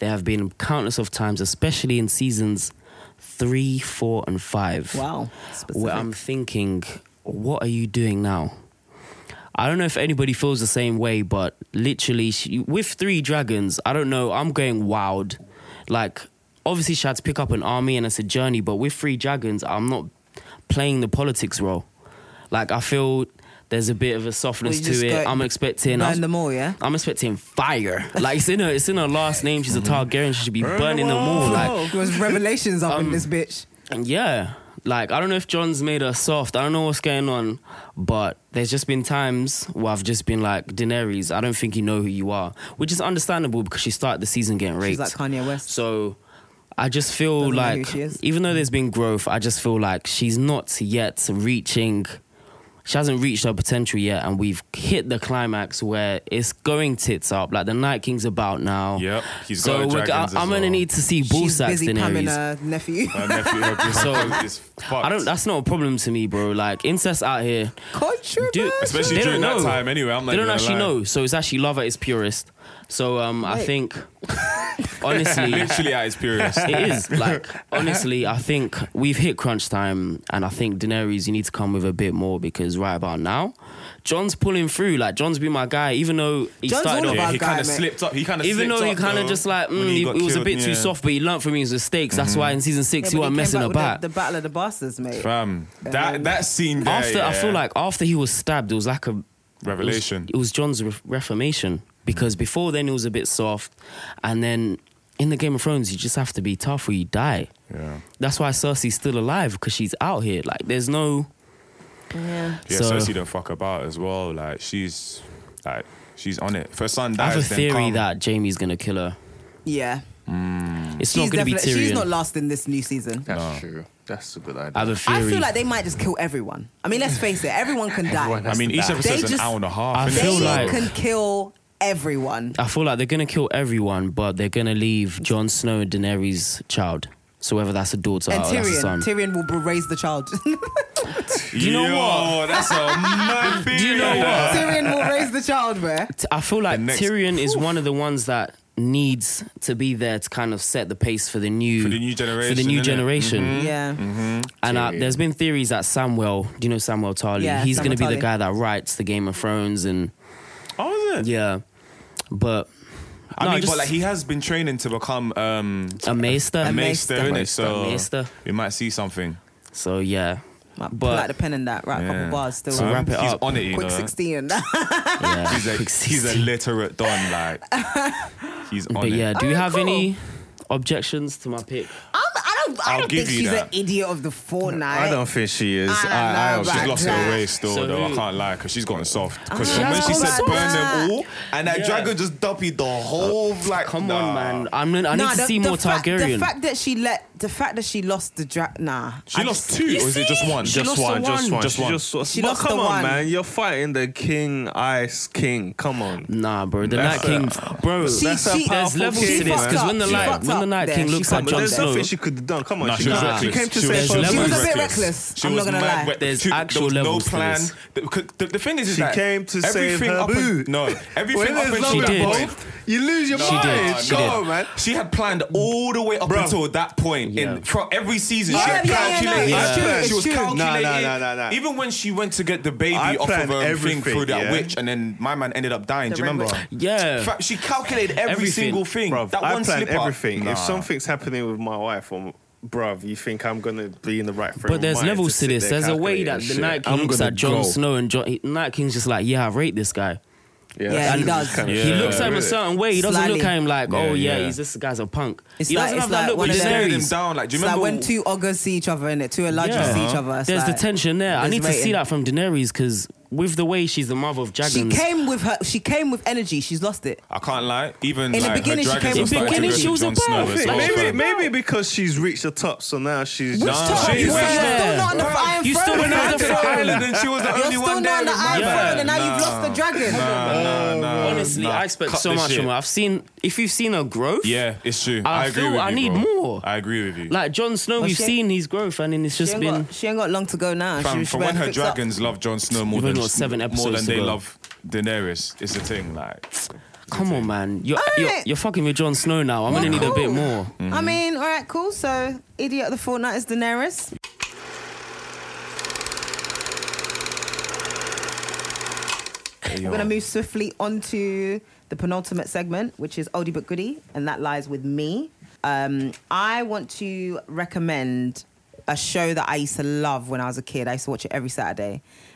there have been countless of times, especially in seasons three, four, and five. Wow. Specific. Where I'm thinking, what are you doing now? I don't know if anybody feels the same way, but literally, she, with three dragons, I don't know. I'm going wild. Like, obviously, she had to pick up an army and it's a journey, but with three dragons, I'm not playing the politics role. Like, I feel there's a bit of a softness just to it. go I'm expecting. burn I'm- them all, yeah? I'm expecting fire. Like it's in her, it's in her last name. She's a Targaryen. She should be burning them all. Like Um, There Oh, was revelations up in this bitch. and yeah. Like I don't know if John's made her soft. I don't know what's going on, but there's just been times where I've just been like Daenerys. I don't think you know who you are, which is understandable because she started the season getting raped. She's like Kanye West. So I just feel Doesn't know who like she is. even though there's been growth, I just feel like she's not yet reaching she hasn't reached her potential yet and we've hit the climax where it's going tits up. Like the Night King's about now. Yep, he's got so her we're, dragons as I'm gonna well. need to see bull She's sacks busy pamming Daenerys. her nephew. My nephew, her grandson is fucked. I don't that's not a problem to me, bro. Like incest out here. Controversial. Dude, Especially They during don't that know. time, anyway. I'm like, they don't actually know. So it's actually love at its purest. So um I Wait. think honestly Literally at his purest. it is like honestly i think we've hit crunch time and i think daenerys you need to come with a bit more because right about now john's pulling through like john's been my guy even though he John's started all off about Yeah, he guy, kind of mate. slipped up. He kind of even though he kind of just like mm, he, it was a bit too soft but he learned from his mistakes that's why in season six he wasn't messing about The, the Battle of the Bastards, mate. Fam, that that scene. There, after i yeah. feel like after he was stabbed it was like a Revelation. it was, it was john's re- reformation because before then it was a bit soft and then in the game of thrones you just have to be tough or you die Yeah. That's why Cersei's still alive because she's out here. Like, there's no. Yeah. Yeah, So- Cersei don't fuck about as well. Like she's like she's on it. If her son I dies, have a then theory calm. that Jamie's gonna kill her. Yeah. It's She's not gonna be definitely Tyrion. she's not lasting this new season. That's true. That's a good idea. I have a I theory. feel like they might just kill everyone. I mean, let's face it, everyone can Everyone die. I mean, each They episode's an just- hour and a half. I innit? They feel like- can kill everyone. I feel like they're gonna kill everyone, but they're gonna leave Jon Snow and Daenerys' child. So whether that's a daughter And or Oh, that's a son. Tyrion, Tyrion will raise the child. you know Yo, what? That's a mad theory. Do you know what? Tyrion will raise the child, where? T- I feel like The next- Tyrion is one of the ones that needs to be there to kind of set the pace for the new For the new for the generation, new innit? Mm-hmm. generation. Yeah. And uh, there's been theories that Samuel, do you know Samuel Tarly? Yeah, He's Samuel going to be Tarly. the guy that writes the Game of Thrones and Oh, is it? yeah, but I No, mean, just- but like he has been training to become um, a maester, A a maester. maester, innit? Maester. So Maester. we might see something. So yeah, Like, pull But- out the pen and that, right? A couple Yeah. bars still. So wrap it He's up. on it, you Quick know. 16. yeah. He's a, Quick he's a 16. literate don, like he's on but it. yeah, do you Alright, have Oh, cool. any objections to my pick? I'm, I don't, I I'll don't give think you she's an that. idiot of the fortnight. I don't think she is. I don't I, know I, about don't She's think- lost that. her way still, So though. I who- can't lie, because she's gotten soft. Because Ah, when she she has said gone burn soft. them all, and that Yeah. dragon just dumpied the whole, like, Come nah. on, man. I'm gonna, I need Nah, to see more fact- Targaryen. The fact that she let, the fact that she lost the dra- nah. She I lost just- two, You or is it just see? one? She Just lost the one, just one. one, Just She one. Just, She but lost come the on, one. man. You're fighting the King Ice King. Come on. Nah, bro, the Night That's King, bro. She- That's a she- there's powerful levels king, to this man. because when the She light, fucked when the up Night there. King She looks fucked at up Jon There's Snow, nothing she could have done. Come on, Nah, she, she was got- she reckless. came to She save was her. mad She was a reckless. bit reckless. She I'm was not gonna mad lie. wet. There's She- actual there was no levels to plan. this. The, the- the thing is, is She that came to everything save her up boo. And, no, everything up until She that did. point. You lose your She mind. did. Nah, She nah. did. Go, man. She had planned all the way up Bruh. until that point. Yeah. In from every season, she Yeah, had yeah, yeah, no, calculated. it's true, She it's was true. calculating. Nah, nah, nah, nah, nah. Even when she went to get the baby I off of planned her and thing everything, through that yeah. witch, and then my man ended up dying. Do you The red remember? witch. Yeah. Fa- She calculated every Everything. single thing. Bruv, that I one plan slip up. everything. Nah. If something's happening with my wife, or bruv, you think I'm gonna be in the right frame? But there's of mind levels to sit this. there There's a way calculating that the shit? Night King I'm looks gonna at Jon go. Snow and Jon, he- Night King's just like, yeah, I rate this guy. Yeah, he that's does. kinda He Yeah. looks at him a really. certain way. He doesn't Slyly. look at him like, oh Yeah, yeah, yeah. he's this guy's a punk. It's he like- doesn't it's have like that look one with of She them- stared him Daenerys. down. Like, do you It's like remember when two ogres see each other in it, two Elijahs Yeah. see each other. it's There's like, the tension there. I there's need to see rating. that from Daenerys because with the way she's the mother of She dragons. came with her. She came with energy. She's lost it. I can't lie. Even In the like, her beginning, she dragons came are with starting to beginning, look she at was a Jon Snow perfect. as well, Maybe, fam. maybe because she's reached the top, so now she's. Which Nah, top? Oh, she- You she's went- you're still there. not on the Bruh, Iron you still Throne. went When I on went the to the throne. island and she was the You're only still one not there. on the Iron remember? Throne, and now you've lost the dragon. Nah, nah, Honestly, nah. I expect Cut so this much shit. from her. I've seen if you've seen her growth. Yeah, it's true. I I, agree feel with I you, need bro. more. I agree with you. Like Jon Snow, Well, we've she- seen his growth, and then it's She just ain't, been. got, she ain't got long to go now. Fam, she, she from better when her fix up. dragons love Jon Snow more You've only than got seven more episodes than to they go. love Daenerys, it's a thing. Like, Come on, man. You're, All you're, right. you're fucking with Jon Snow now. I'm Well, gonna need a bit cool. more. I mean, all right, cool. So, idiot of the fortnight is Daenerys. We're going to move swiftly on to the penultimate segment, which is Oldie But Goodie, and that lies with me. Um, I want to recommend a show that I used to love when I was a kid. I used to watch it every Saturday,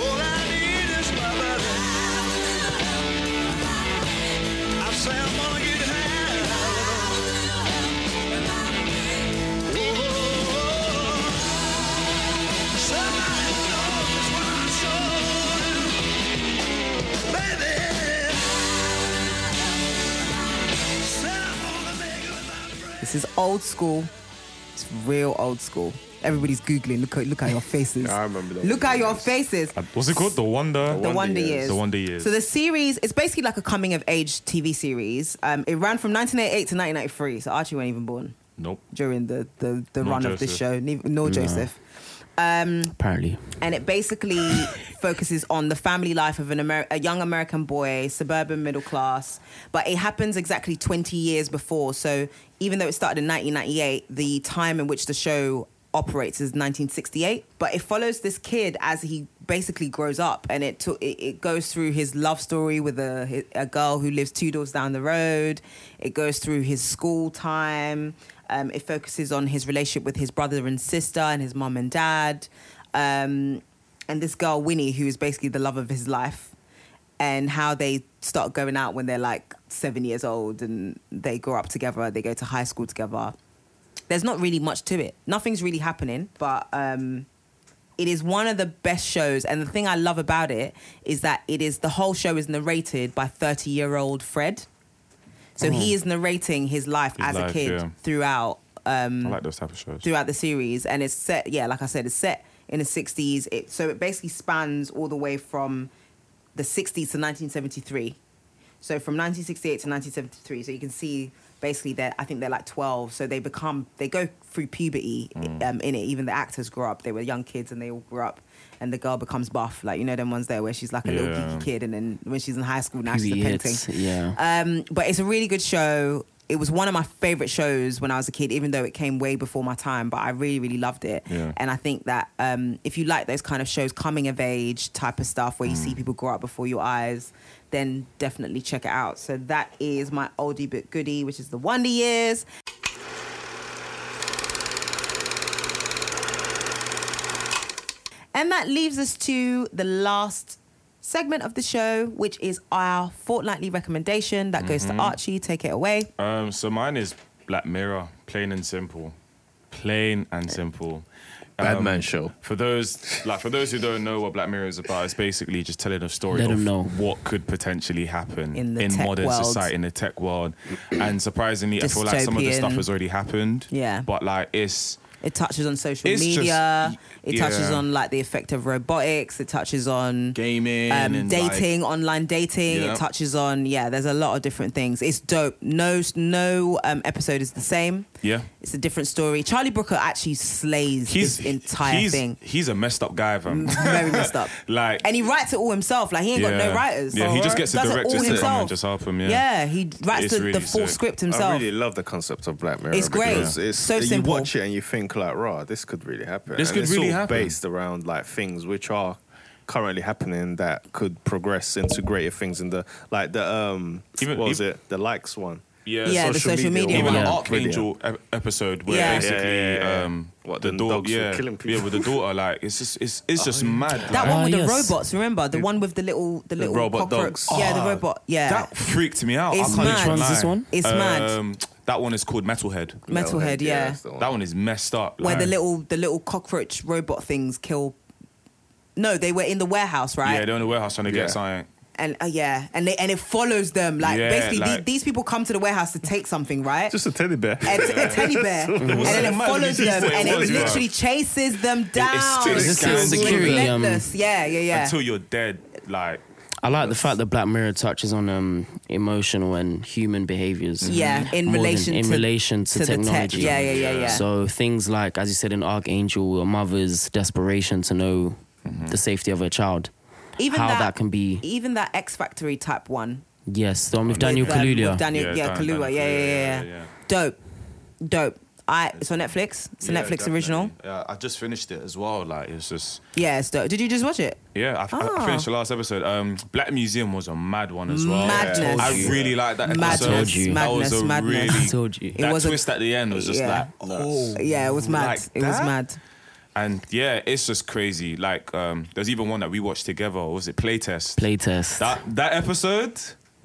all I need is my brother. I say I'm gonna get high. This is old school. It's real old school. Everybody's googling. Look at look at your faces. I remember The Look Wonder at your Years. faces. what's it called? The Wonder. The Wonder Years. The Wonder Years. So the series, it's basically like a coming of age TV series. Um, it ran from 1988 to 1993. So Archie weren't even born nope. during the the, the Nor run of this Joseph. show. Neither- Nor Joseph. Um, Apparently, and it basically focuses on the family life of an Amer- a young American boy, suburban middle class. But it happens exactly 20 years before. So even though it started in 1998, the time in which the show operates as 1968, but it follows this kid as he basically grows up, and it took it, it goes through his love story with a a girl who lives two doors down the road. It goes through his school time. Um, it focuses on his relationship with his brother and sister and his mum and dad, um, and this girl Winnie, who is basically the love of his life and how they start going out when they're like seven years old and they grow up together, they go to high school together. There's not really much to it. Nothing's really happening, but um, it is one of the best shows. And the thing I love about it is that it is the whole show is narrated by 30 year old Fred. So he Oh. is narrating his life His as life, a kid yeah. throughout. Um, Mm. I like those type of shows. throughout the series, and it's set. Yeah, like I said, it's set in the '60s. It so it basically spans all the way from the '60s to 1973. So from 1968 to 1973. So you can see basically that I think they're like 12. So they become they go through puberty Mm. um, in it. Even the actors grow up. They were young kids and they all grew up. And the girl becomes buff, like you know them ones there where she's like a little Yeah. geeky kid, and then when she's in high school now she's a Puberty painting. hits, yeah. Um, but it's a really good show. It was one of my favorite shows when I was a kid, even though it came way before my time. But I really, really loved it. Yeah. And I think that um, if you like those kind of shows, coming of age type of stuff, where you see people grow up before your eyes, then definitely check it out. So that is my oldie but goodie, which is the Wonder Years. And that leaves us to the last segment of the show, which is our fortnightly recommendation that goes to Mhm. Archie. Take it away. Um, so mine is Black Mirror, plain and simple, plain and simple. Um, Batman show. For those like for those who don't know what Black Mirror is about, it's basically just telling a story Let 'em of know. what could potentially happen In the tech modern world. society in the tech world. and surprisingly, I feel like some of the stuff Dystopian. has already happened. Yeah. But like it's It touches on social It's just- media. it touches yeah. on like the effect of robotics. It touches on gaming, um, and, like- dating, online dating. Yeah. It touches on yeah. There's a lot of different things. It's dope. No, no um, episode is the same. yeah. It's a different story. Charlie Brooker actually slays this entire he's, thing. He's a messed up guy, fam. Very messed up. like And he writes it all himself. Like he ain't got no writers. Yeah, he just gets the Does it all directors to come himself. and just help him. Yeah. Yeah, he writes It's the, the really full sick. script himself. I really love the concept of Black Mirror. It's great. because It's So you simple. watch it and you think like, "Raw, this could really happen." This And could it's really all happen. Based around like things which are currently happening that could progress into greater things in the like the um what was it the likes one. Yeah, one. Even the Archangel ep- episode where Yeah. basically Yeah, yeah, yeah. Um, What, the, the daughter, dogs were yeah, killing people? yeah, with the daughter, like it's just it's it's just mad. Oh, That like- one with the robots, remember? The one with the little the little robot cockroach. dogs. Yeah, Ah, the robot. Yeah. That freaked me out. It's I can't mad. even Which one's lie. this one? It's mad. Um, that one is called Metalhead. Metalhead, Metalhead, yeah, yeah. that's the one. That one is messed up. where the like- little the little cockroach robot things kill No, they were in the warehouse, right? Yeah, they're in the warehouse trying to Yeah. get something. and uh, yeah, and they and it follows them like Yeah, basically the- like- these people come to the warehouse to take something, right? Just a teddy bear. a, t- a teddy bear, and then Imagine it follows you them, say and it it was, literally bro. chases them down. still Is this the security, um, relentless. Yeah, yeah, yeah. Until you're dead, like I like the fact that Black Mirror touches on um, emotional and human behaviors. Yeah, in more than- relation in to- relation to, to the tech. technology. Yeah, yeah, yeah, yeah. So things like, as you said, in Archangel, a mother's desperation to know the safety of her child. even how that, can be. even that X Factory type one. Yes, the one with Daniel um, with Kaluuya. Daniel, yeah, Kaluuya. yeah, yeah, yeah, Dope, dope. I it's on Netflix. It's a Yeah, Netflix definitely. original. Yeah, I just finished it as well. Like it's just Yeah, it's dope. Did you just watch it? Yeah, I, I- Ah. I finished the last episode. Um, Black Museum was a mad one as well. Madness. I really liked that Madness, episode. Told you. that was madness, a madness. really. I told you. It That was a- twist at the end was just Yeah. like, oh, Yeah, it was mad. like it was that? mad. And yeah, it's just crazy. Like, um, there's even one that we watched together. What was it Playtest? Playtest. That that episode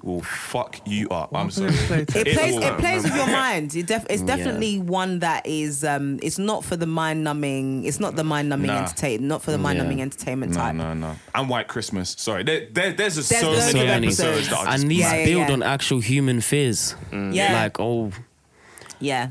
will fuck you up. I'm sorry. It plays. will. It plays with your mind. It def- it's Yeah. definitely one that is. Um, it's not for the mind numbing. It's not the mind numbing Nah. entertainment. Not for the mind numbing entertainment No, type. no, no. And White Christmas. Sorry, there, there, there's just There's so loads many of episodes. episodes. that are just and these Yeah, yeah, build yeah. on actual human fears. Mm. Yeah. Like, oh, Yeah,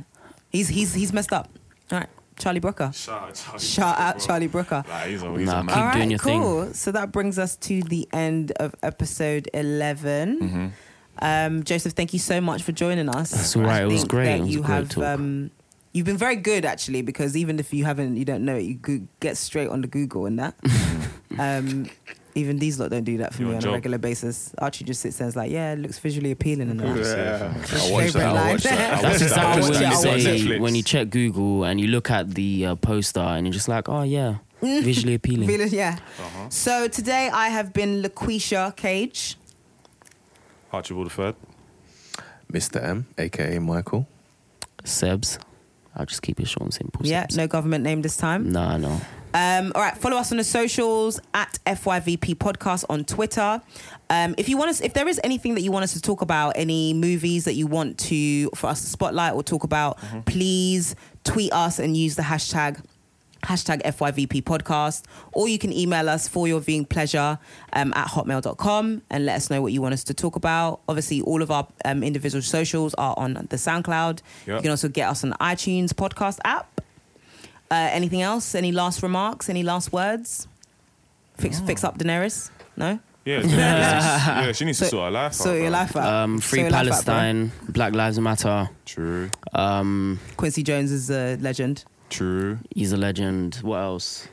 he's he's he's messed up. All right, Charlie Brooker. Shout out, Charlie Shout out Charlie Brooker. he's a, Nah, keep All right, doing your cool. So that brings us to the end of episode 11 Um, Joseph, thank you so much for joining us. Mm-hmm. That's all right, I it was think great, That it was you a great have talk. um, You've been very good actually, because even if you haven't, you don't know it. You go- get straight on the Google and that. Mm-hmm. um, even these lot don't do that for Your me on job. a regular basis. Archie just sits there and's like, "Yeah, it looks visually appealing." And I'm like, Yeah. "His I watched favourite that, I line." watched that, I That's exactly watched when that. you I watched say Netflix. when you check Google and you look at the uh, poster and you're just like, oh yeah, visually appealing. Feeling- yeah. Uh-huh. So today I have been LaQuisha Cage. Archibald III. Mr. M, aka Michael. Sebs. I'll just keep it short and simple. Yeah, no government name this time. Nah, no. Um, all right, follow us on the socials at FYVP Podcast on Twitter. Um, if you want us, if there is anything that you want us to talk about, any movies that you want to for us to spotlight or talk about, please tweet us and use the hashtag hashtag FYVP podcast, or you can email us for your viewing pleasure um, at hotmail.com and let us know what you want us to talk about. Obviously, all of our um, individual socials are on the SoundCloud. Yep. You can also get us on the iTunes podcast app. Uh, anything else? Any last remarks? Any last words? Fix, fix up Daenerys? No? Yeah, she needs, yeah, she needs to So- sort her life out. sort your bro. life out. Um, free Sort your life out, bro. Palestine. Black Lives Matter. True. Um, Quincy Jones is a legend. True. He's a legend. What else?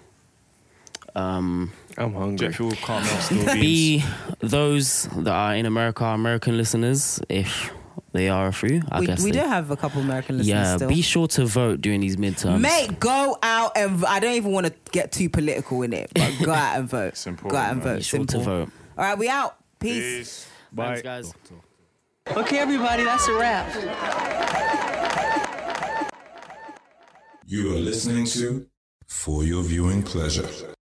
Um, I'm hungry. Jet fuel, Carmel, still be those that are in America, American listeners, if they are a few. I We, guess we they- do have a couple American listeners Yeah, still. be sure to vote during these midterms. Mate, go out and v- I don't even want to get too political in it, but go out and vote. Simple. Go out and vote. Be sure to Simple. vote. All right, we out. Peace. Bye, guys. Okay, everybody, that's a wrap. You are listening to For Your Viewing Pleasure.